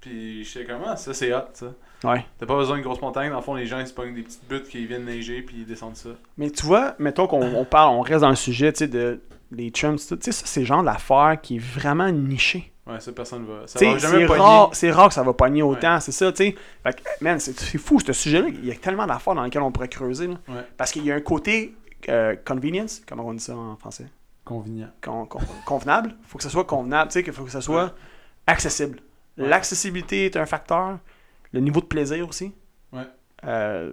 Puis je sais comment, ça c'est hot, ça. Ouais. T'as pas besoin d'une grosse montagne, dans le fond, les gens ils se pognent des petites buttes qui viennent neiger, puis ils descendent ça. Mais tu vois, mettons qu'on on parle, on reste dans le sujet, tu sais, de les chums, tu sais, ça, c'est le genre d'affaire qui est vraiment niché. Ouais, ça personne va. Ça T'sais, va C'est jamais pogner. rare, c'est rare que ça va pogner autant, c'est ça, tu sais. Fait que, man, c'est c'est fou, ce sujet-là. Il y a tellement d'affaires dans lesquelles on pourrait creuser. là. Ouais. Parce qu'il y a un côté euh, convenience, comment on dit ça en français Convenient. Con- con- Convenable. faut que ça soit convenable, tu sais, qu'il faut que ça soit accessible. Ouais. L'accessibilité est un facteur. Le niveau de plaisir aussi. Ouais. Euh,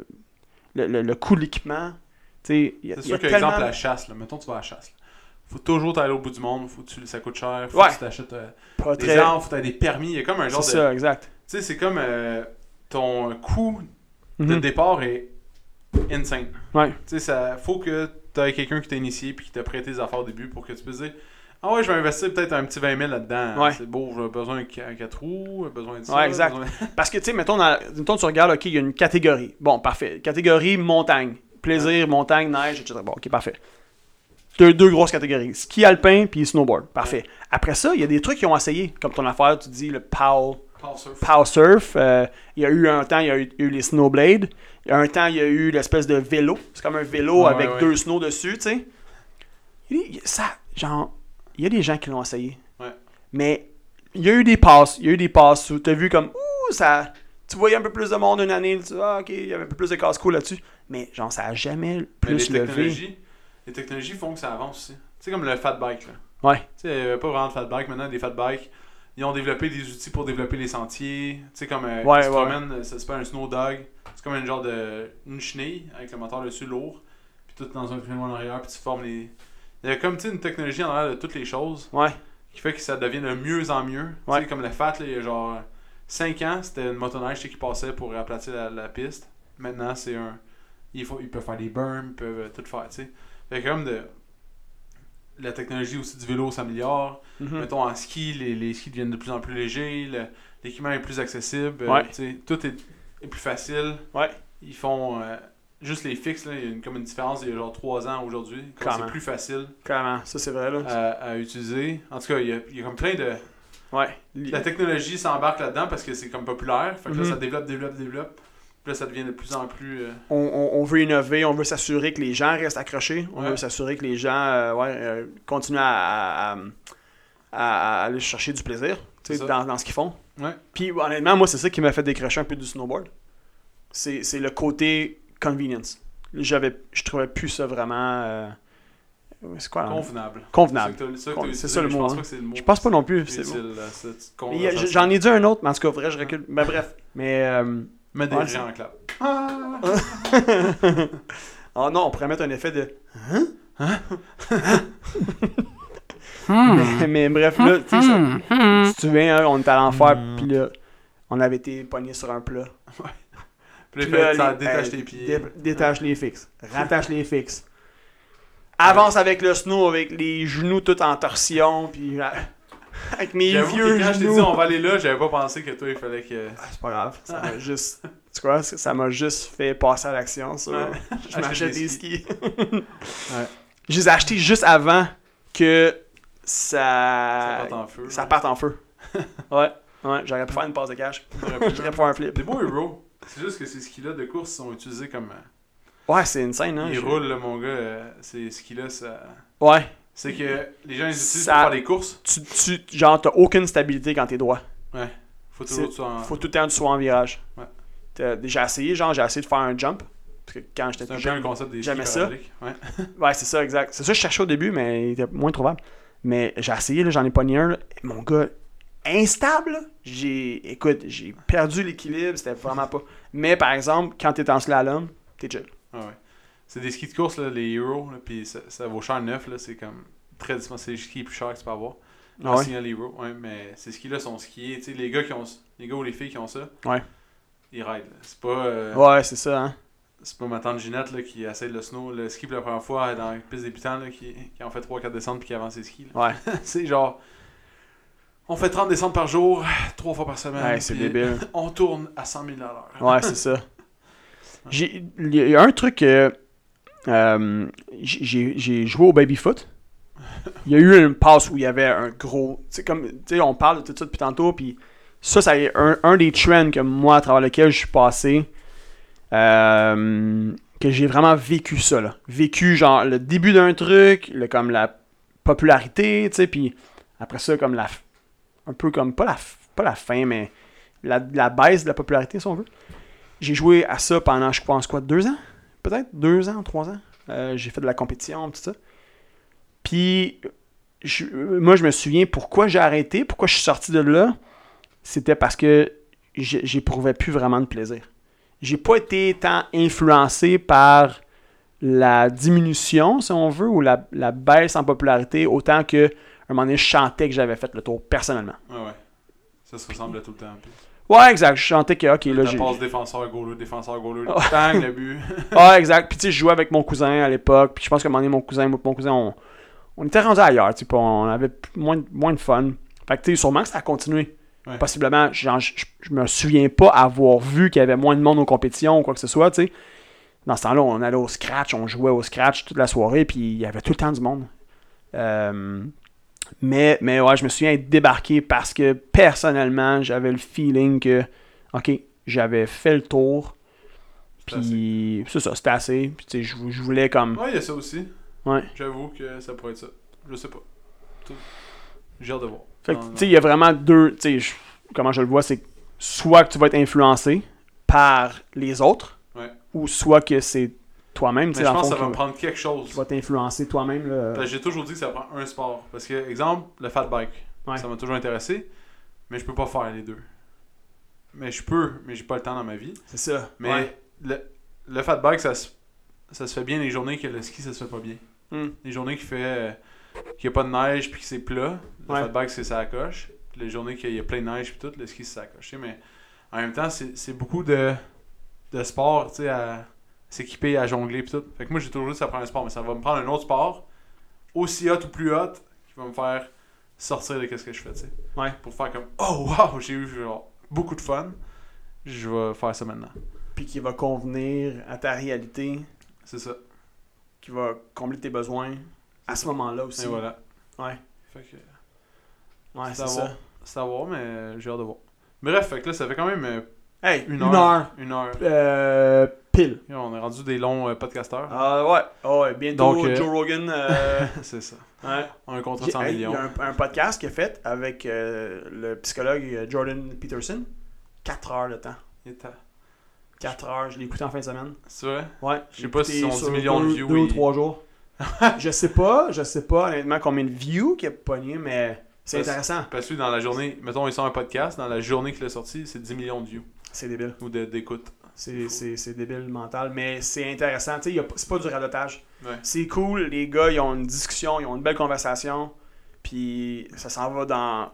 le, le- le coût de l'équipement. Tu sais, il y a, C'est il y a sûr que, tellement- exemple, la chasse, là, mettons, tu vas à la chasse. là. Faut toujours t'aller au bout du monde, faut que tu, ça coûte cher, faut Ouais. que tu t'achètes euh, pas des très- armes, faut que t'aies des permis. Il y a comme un C'est genre de. ça, exact. Tu sais, c'est comme euh, ton coût de Mhm. départ est insane. Ouais. Tu sais, ça faut que t'aies quelqu'un qui t'a initié puis qui t'a prêté des affaires au début pour que tu puisses dire Ah ouais, je vais investir peut-être un petit 20 000 là-dedans. Ouais. C'est beau, j'ai besoin d'un 4 roues, besoin de ça. Ouais, exact. besoin- Parce que, tu sais, mettons, dans- mettons, tu regardes, OK, il y a une catégorie. Bon, parfait. Catégorie montagne. Plaisir, montagne, neige, etc. Bon, OK, parfait. Deux, deux grosses catégories. Ski alpin puis snowboard. Parfait. Après ça, il y a des trucs qui ont essayé. Comme ton affaire, tu dis le pow, Power surf. pow surf. Euh, il y a eu un temps, il y a eu, il y a eu les snowblades. Il y a un temps, il y a eu l'espèce de vélo. C'est comme un vélo Ouais, avec ouais. deux snows dessus, tu sais. Il y a- Ça, genre, il y a des gens qui l'ont essayé. Ouais. Mais il y a eu des passes. Il y a eu des passes où t'as vu comme Ouh, ça. Tu voyais un peu plus de monde une année, tu dis, ah, ok, il y avait un peu plus de casse-cou là-dessus. Mais genre, ça a jamais Mais les plus levé. technologies, les technologies font que ça avance aussi. Tu sais, comme le fat bike. Là. Ouais. Tu sais, il n'y avait pas vraiment de fat bike. Maintenant, des fat bikes, ils ont développé des outils pour développer les sentiers. Tu sais, comme euh, Ouais, ils se ouais, promènent, euh, ça s'appelle un snow dog. C'est comme une genre de une chenille avec le moteur dessus lourd, puis tout dans un film en arrière, puis tu formes les. Il y a comme tu sais, une technologie en l'air de toutes les choses Ouais. qui fait que ça devient de mieux en mieux. Tu Ouais. sais, comme le fat, là, il y a genre 5 ans, c'était une motoneige tu sais, qui passait pour aplatir la, la piste. Maintenant, c'est un. Il faut, ils peuvent faire des burns, ils peuvent euh, tout faire, tu sais. Fait que comme de. la technologie aussi du vélo s'améliore. Mhm. Mettons, en ski, les, les skis deviennent de plus en plus légers, le- l'équipement est plus accessible, euh, Ouais. tu sais, tout est, est plus facile. Ouais. Ils font euh, juste les fixes, là, il y a une, comme une différence il y a genre 3 ans aujourd'hui, quand Clairement. c'est plus facile Clairement, ça c'est vrai là. à, à utiliser. En tout cas, il y a, il y a comme plein de... Ouais. La technologie s'embarque là-dedans parce que c'est comme populaire, fait que là, Mhm. ça développe, développe, développe. Puis là, ça devient de plus en plus... euh, on, on- on veut innover, on veut s'assurer que les gens restent accrochés, on Ouais. veut s'assurer que les gens euh, ouais, euh, continuent à, à- à- à aller chercher du plaisir tu sais, C'est ça. dans, dans ce qu'ils font. Ouais. Puis honnêtement, moi, c'est ça qui m'a fait décrocher un peu du snowboard. C'est c'est le côté convenience. J'avais, je trouvais plus ça vraiment. euh, c'est quoi? là? convenable. Ah. Convenable. C'est ça que Con- t'as- c'est c'est ça le mais Je mot, pense hein. pas que c'est le mot. Je pense pas non plus. utile, c'est- euh, cette Mais il y a- conversation. J'en ai dit un autre, mais en tout cas, vrai, je recule. Mais bref. Mais. euh, Mets des Ouais, gens en clap. Ah non, on pourrait mettre un effet de. hein? Hein? Mais, mais bref, là, tu sais, ça- tu te souviens, hein, on était à l'enfer, Hmm. puis là, on avait été pognés sur un plat. Puis Puis là, il fait, là, ça les- détache euh, tes pieds. dé- détache les fixes. Rattache les fixes. Avance avec le snow, avec les genoux tout en torsion, puis euh, avec mes J'avoue que vieux quand je t'ai genoux. dit on va aller là, j'avais pas pensé que toi il fallait que. Ah, c'est pas grave, ça m'a juste... Tu vois, ça ça m'a juste fait passer à l'action, ça. Ouais. Je m'achète des skis. Ouais. Je les ai achetés juste avant que Ça ça... parte en feu. Ça parte en feu. ouais. Ouais, j'aurais pu faire une passe de cash. J'aurais pu faire un flip. Des beaux héros. C'est juste que ces skis-là de course sont utilisés comme. euh, Ouais, c'est une scène, hein. Ils j'ai- roulent, là, mon gars. euh, Ces skis-là, ça. Ouais. C'est que les gens ils utilisent Ça- pour faire des courses. Tu, tu, genre, t'as aucune stabilité quand t'es droit. Faut toujours que tu en. Faut tout le temps que tu sois en virage. Ouais. T'as- J'ai essayé, genre, j'ai essayé de faire un jump. Parce que quand j'étais C'est un plus peu jeune, le concept des Jamais skis ça. paralléliques. Ouais. Ouais, c'est ça, exact. C'est ça, que je cherchais au début, mais il était moins trouvable. Mais j'ai essayé, là, j'en ai pas ni un. là. Mon gars, instable. là. J'ai, écoute, j'ai perdu l'équilibre, c'était vraiment pas. Mais par exemple, quand t'es en slalom, t'es chill. Ah ouais. C'est des skis de course, là, les Hero, là, puis ça, ça vaut cher neuf, là, c'est comme très dispendieux, c'est les skis les plus chers que tu peux avoir. Ah En ouais? signant les Hero, ouais, mais ces skis-là sont skiés, tu sais, les gars qui ont, les gars ou les filles qui ont ça, Ouais. ils raident, là. C'est pas, euh, Ouais, c'est ça, hein. c'est pas ma tante Ginette, là, qui essaie le snow, le ski pour la première fois dans la piste débutant, là, qui, qui en fait 3-4 descentes puis qui avance ses skis, là. Ouais, c'est genre, on fait 30 descentes par jour, 3 fois par semaine, ouais c'est puis débile. on tourne à 100 000 à l'heure. Ouais, c'est ça. J'ai, il y a un truc que. euh, j'ai- j'ai, j'ai joué au baby-foot. Il y a eu une passe où il y avait un gros. Tu sais, comme. Tu sais, on parle de tout ça depuis tantôt, puis ça, ça est un, un des trends que moi, à travers lequel je suis passé, euh, que j'ai vraiment vécu ça, là. Vécu, genre, le début d'un truc, le, comme la popularité, tu sais, puis après ça, comme la. f- Un peu comme. Pas la, f- pas la fin, mais la, la baisse de la popularité, si on veut. J'ai joué à ça pendant, je pense, quoi, deux ans Peut-être deux ans, trois ans. Euh, j'ai fait de la compétition, tout ça. Puis, je- moi, je me souviens pourquoi j'ai arrêté, pourquoi je suis sorti de là. C'était parce que j'ai- j'éprouvais plus vraiment de plaisir. J'ai pas été tant influencé par la diminution, si on veut, ou la, la baisse en popularité, autant que, à un moment donné, je chantais que j'avais fait le tour personnellement. Ouais, ouais. Ça se ressemble à tout le temps. puis- Ouais, exact. Je chantais que, ok, là, La j'ai. passe défenseur goaler, défenseur goaler, Ah. tang le but. Ah, exact. Puis tu sais, je jouais avec mon cousin à l'époque. Puis je pense qu'à un moment donné, mon cousin, moi, pis mon cousin, on, on était rendu ailleurs. Tu sais, pis on avait p- moins, de- moins de fun. Fait que tu sais, sûrement que ça a continué. Ouais. Possiblement, genre, je je me souviens pas avoir vu qu'il y avait moins de monde aux compétitions ou quoi que ce soit, tu sais. Dans ce temps-là, on allait au scratch, on jouait au scratch toute la soirée, puis il y avait tout le temps du monde. Euh, mais, mais ouais, je me souviens être débarqué parce que personnellement, j'avais le feeling que, ok, j'avais fait le tour. C'était Puis c'est ça, c'était assez. Puis tu sais, je, vou- je voulais comme. Ouais, il y a ça aussi. Ouais. J'avoue que ça pourrait être ça. Je sais pas. Tout- J'ai hâte de voir. Fait que, Non, non. tu sais, il y a vraiment deux. Tu sais, je- comment je le vois, c'est que soit que tu vas être influencé par les autres, Ouais. ou soit que c'est toi-même, tu Mais sais, je dans le pense fond, que ça va me qui va- prendre quelque chose. qui va t'influencer toi-même. là. Parce que J'ai toujours dit que ça prend un sport. Parce que, exemple, le fat bike. Ouais. Ça m'a toujours intéressé. Mais je peux pas faire les deux. Mais je peux, mais j'ai pas le temps dans ma vie. C'est ça. Mais le, le fat bike, ça se, ça se fait bien les journées que le ski, ça se fait pas bien. Hmm. Les journées qui fait euh, qu'il n'y a pas de neige puis que c'est plat, le Ouais. fat bike, c'est ça coche. Puis Les journées qu'il y a plein de neige puis tout, le ski, c'est ça coche. Mais en même temps, c'est c'est beaucoup de, de sport, tu sais, à s'équiper, à jongler puis tout. Fait que moi, j'ai toujours dit que ça prend un sport, mais ça va me prendre un autre sport aussi hot ou plus hot qui va me faire sortir de qu'est-ce que je fais, tu sais. Ouais. Pour faire comme oh wow, j'ai eu genre, beaucoup de fun, je vais faire ça maintenant. Puis qui va convenir à ta réalité, C'est ça. qui va combler tes besoins à ce moment-là aussi. Et voilà. Ouais, Fait que ouais C'est c'est à ça. voir. c'est à voir, mais euh, j'ai hâte de voir. Bref, fait que là, ça fait quand même euh, Hey, une une heure. heure. Une heure. Euh, pile. Et on est rendu des longs euh, podcasteurs. Ah ouais. Ah ouais, bientôt Donc, euh, Joe Rogan. euh, C'est ça. ouais. Un contrat de 100 Hey, Il millions. y a un, un podcast qu'il a fait avec euh, le psychologue euh, Jordan Peterson. 4 heures de temps. Il est à- 4 heures, je l'ai écouté en fin de semaine. C'est vrai? Ouais. Je sais pas l'ai si écouté son 10 sur millions de deux- views, deux ou il- 3 jours. je sais pas, je sais pas honnêtement combien de views qu'il a pogné, mais c'est Parce- intéressant. Parce que lui, dans la journée, mettons, il sort un podcast, dans la journée qu'il a sorti, c'est 10 millions de views C'est débile. ou de- d'écoutes. C'est- fou. C'est c'est débile mental, mais c'est intéressant. Tu sais, il y a pas- C'est pas du radotage. Ouais. C'est cool, les gars, ils ont une discussion, ils ont une belle conversation, puis ça s'en va dans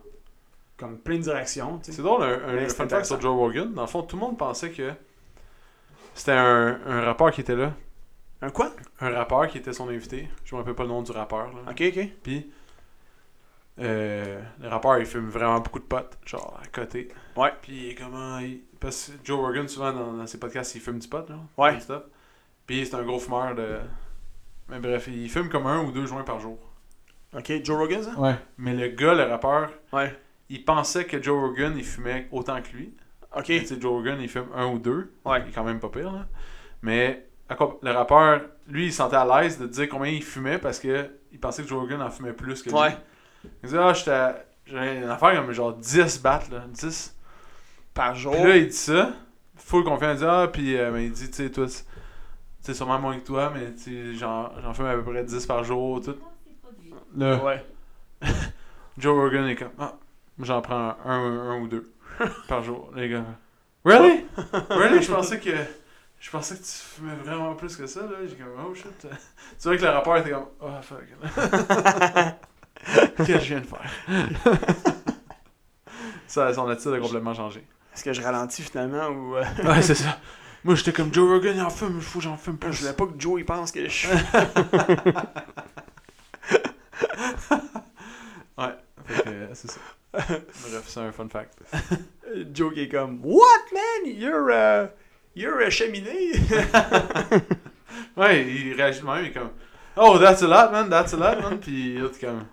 comme plein de directions. tu sais. C'est drôle, un, un- Mais un c'est fun fact intéressant. sur Joe Rogan. Dans le fond, tout le monde pensait que c'était un, un rappeur qui était là. Un quoi? Un rappeur qui était son invité. Je me rappelle pas le nom du rappeur. Là. Ok, ok. Puis, euh, le rappeur, il fume vraiment beaucoup de potes, genre à côté. Ouais. Puis, comment. Il... Parce que Joe Rogan, souvent, dans, dans ses podcasts, il fume du pot, là. Ouais. non-stop. Puis, c'est un gros fumeur de. Mais bref, il fume comme un ou deux joints par jour. Ok, Joe Rogan, ça? Ouais. Mais le gars, le rappeur, Ouais. il pensait que Joe Rogan, il fumait autant que lui. Ok. Tu sais, Joe Rogan, il fume un ou deux. Ouais. Il est quand même pas pire, là. Mais à quoi- le rappeur, lui, il se sentait à l'aise de dire combien il fumait parce que il pensait que Joe Rogan en fumait plus que lui. Ouais. Il disait, ah, j'étais à- j'avais une affaire comme genre 10 battes, là. 10. Par jour. Puis là, il dit ça. Full confiant, il dit, ah, puis euh, mais il dit, tu sais, toi, c'est- tu sais, sûrement moins que toi, mais tu sais, j'en j'en fume à peu près 10 par jour, tout. Là, Ouais. Joe Rogan est comme Ah, j'en prends un, un ou deux par jour, les gars. Really? really? Je pensais que. Je pensais que tu fumais vraiment plus que ça, là. J'ai comme oh shit. Tu vois que le rappeur était comme Oh fuck. Qu'est-ce que je viens de faire? ça, son attitude a complètement changé. Est-ce que je ralentis finalement ou. euh, Ouais, c'est ça. Moi j'étais comme Joe Rogan, il en fume, il faut que j'en fume Je plus. voulais pas que Joe il pense que je Fait que, euh, c'est ça. Bref, c'est un fun fact. euh, Joe qui est comme What man? You're euh, You're a cheminée! Ouais, il réagit de même, il est comme Oh, that's a lot, man, that's a lot, man. Puis l'autre, comme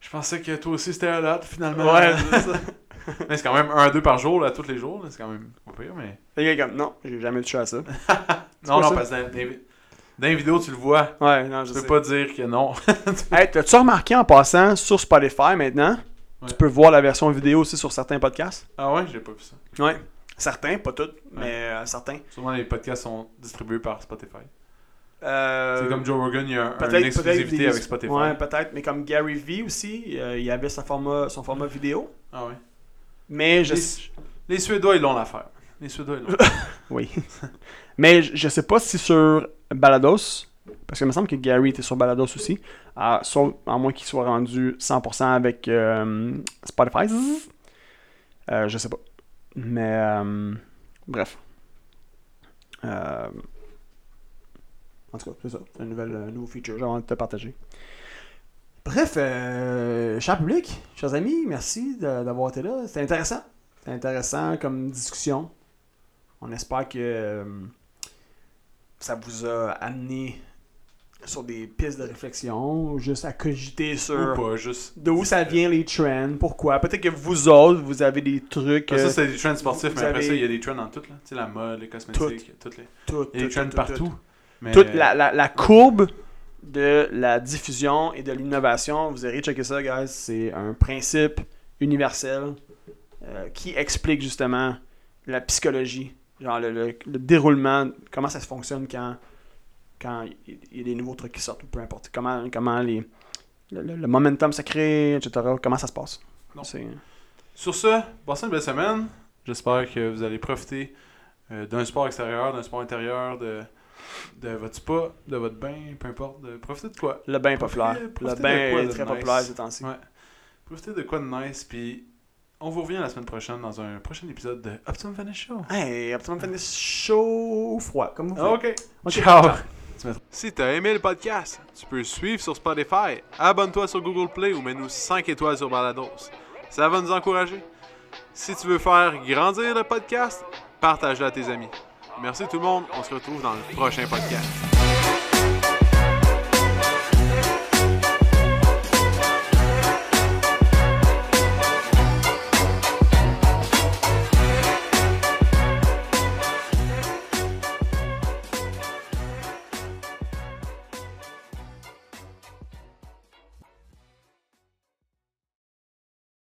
Je pensais que toi aussi c'était a lot, finalement. Ouais, c'est ça. mais c'est quand même un à deux par jour, là, tous les jours, là, c'est quand même pas pire, mais. Le gars est comme Non, j'ai jamais touché à ça. Non, quoi non, ça? parce que dans, dans les- dans les vidéos, tu le vois. Ouais, non, Je je peux sais pas dire que non. Hey, t'as-tu remarqué en passant sur Spotify maintenant? Ouais. Tu peux voir la version vidéo aussi sur certains podcasts. ah ouais, j'ai pas vu ça. Ouais. Certains, pas tous, mais euh, certains. Souvent, les podcasts sont distribués par Spotify. Euh, c'est comme Joe Rogan, il y a un- peut-être- une exclusivité peut-être des- avec Spotify. Ouais, peut-être, mais comme Gary Vee aussi, euh, il avait sa format, son format vidéo. Ah ouais. Mais je, Les, les Suédois, ils l'ont l'affaire. Les Suédois, ils l'ont. Oui. Mais je, je sais pas si sur Balados, parce que il me semble que Gary était sur Balados aussi, à, sauf à moins qu'il soit rendu 100% avec euh, Spotify. Zzz. Euh, je sais pas. Mais euh, bref. Euh, en tout cas, c'est ça. C'est un nouvel, euh, nouveau feature. J'ai envie de te partager. Bref, euh, cher public, chers amis, merci de- d'avoir été là. C'était intéressant. C'était intéressant comme discussion. On espère que euh, ça vous a amené sur des pistes de réflexion, ou juste à cogiter Ou sur pas, juste. de où ça vient les trends, pourquoi. Peut-être que vous autres, vous avez des trucs. Ça, euh, c'est des trends sportifs, vous mais après avez- ça, il y a des trends dans tout. là. Tu sais, la mode, les cosmétiques, toutes les. tout, Il y a des tout, trends tout, euh, tout, partout. Mais... Toute la, la- la courbe de la diffusion et de l'innovation, vous irez checker ça, guys. C'est un principe universel euh, qui explique justement la psychologie, genre le, le- le déroulement, comment ça se fonctionne quand quand il il y a des nouveaux trucs qui sortent, ou peu importe. Comment, comment les, le, le- le momentum se crée, etc. Comment ça se passe. Non. C'est- Sur ce, passez une belle semaine. J'espère que vous allez profiter euh, d'un sport extérieur, d'un sport intérieur, de, de votre spa, de votre bain, peu importe. de- Profitez de quoi. Le bain est populaire. Profitez- Le profitez bain de quoi est de très nice? populaire ces temps-ci. Ouais. Profitez de quoi de nice. Puis on vous revient la semaine prochaine dans un prochain épisode de Optimum Vanish Show. Hey, Optimum Fitness chaud ou froid, comme vous voulez. Oh, Ok. Ok, Ciao. Tu mettras- Si t'as aimé le podcast, tu peux le suivre sur Spotify, abonne-toi sur Google Play ou mets-nous 5 étoiles sur Balados. Ça va nous encourager. Si tu veux faire grandir le podcast, partage-le à tes amis. Merci tout le monde, on se retrouve dans le prochain podcast.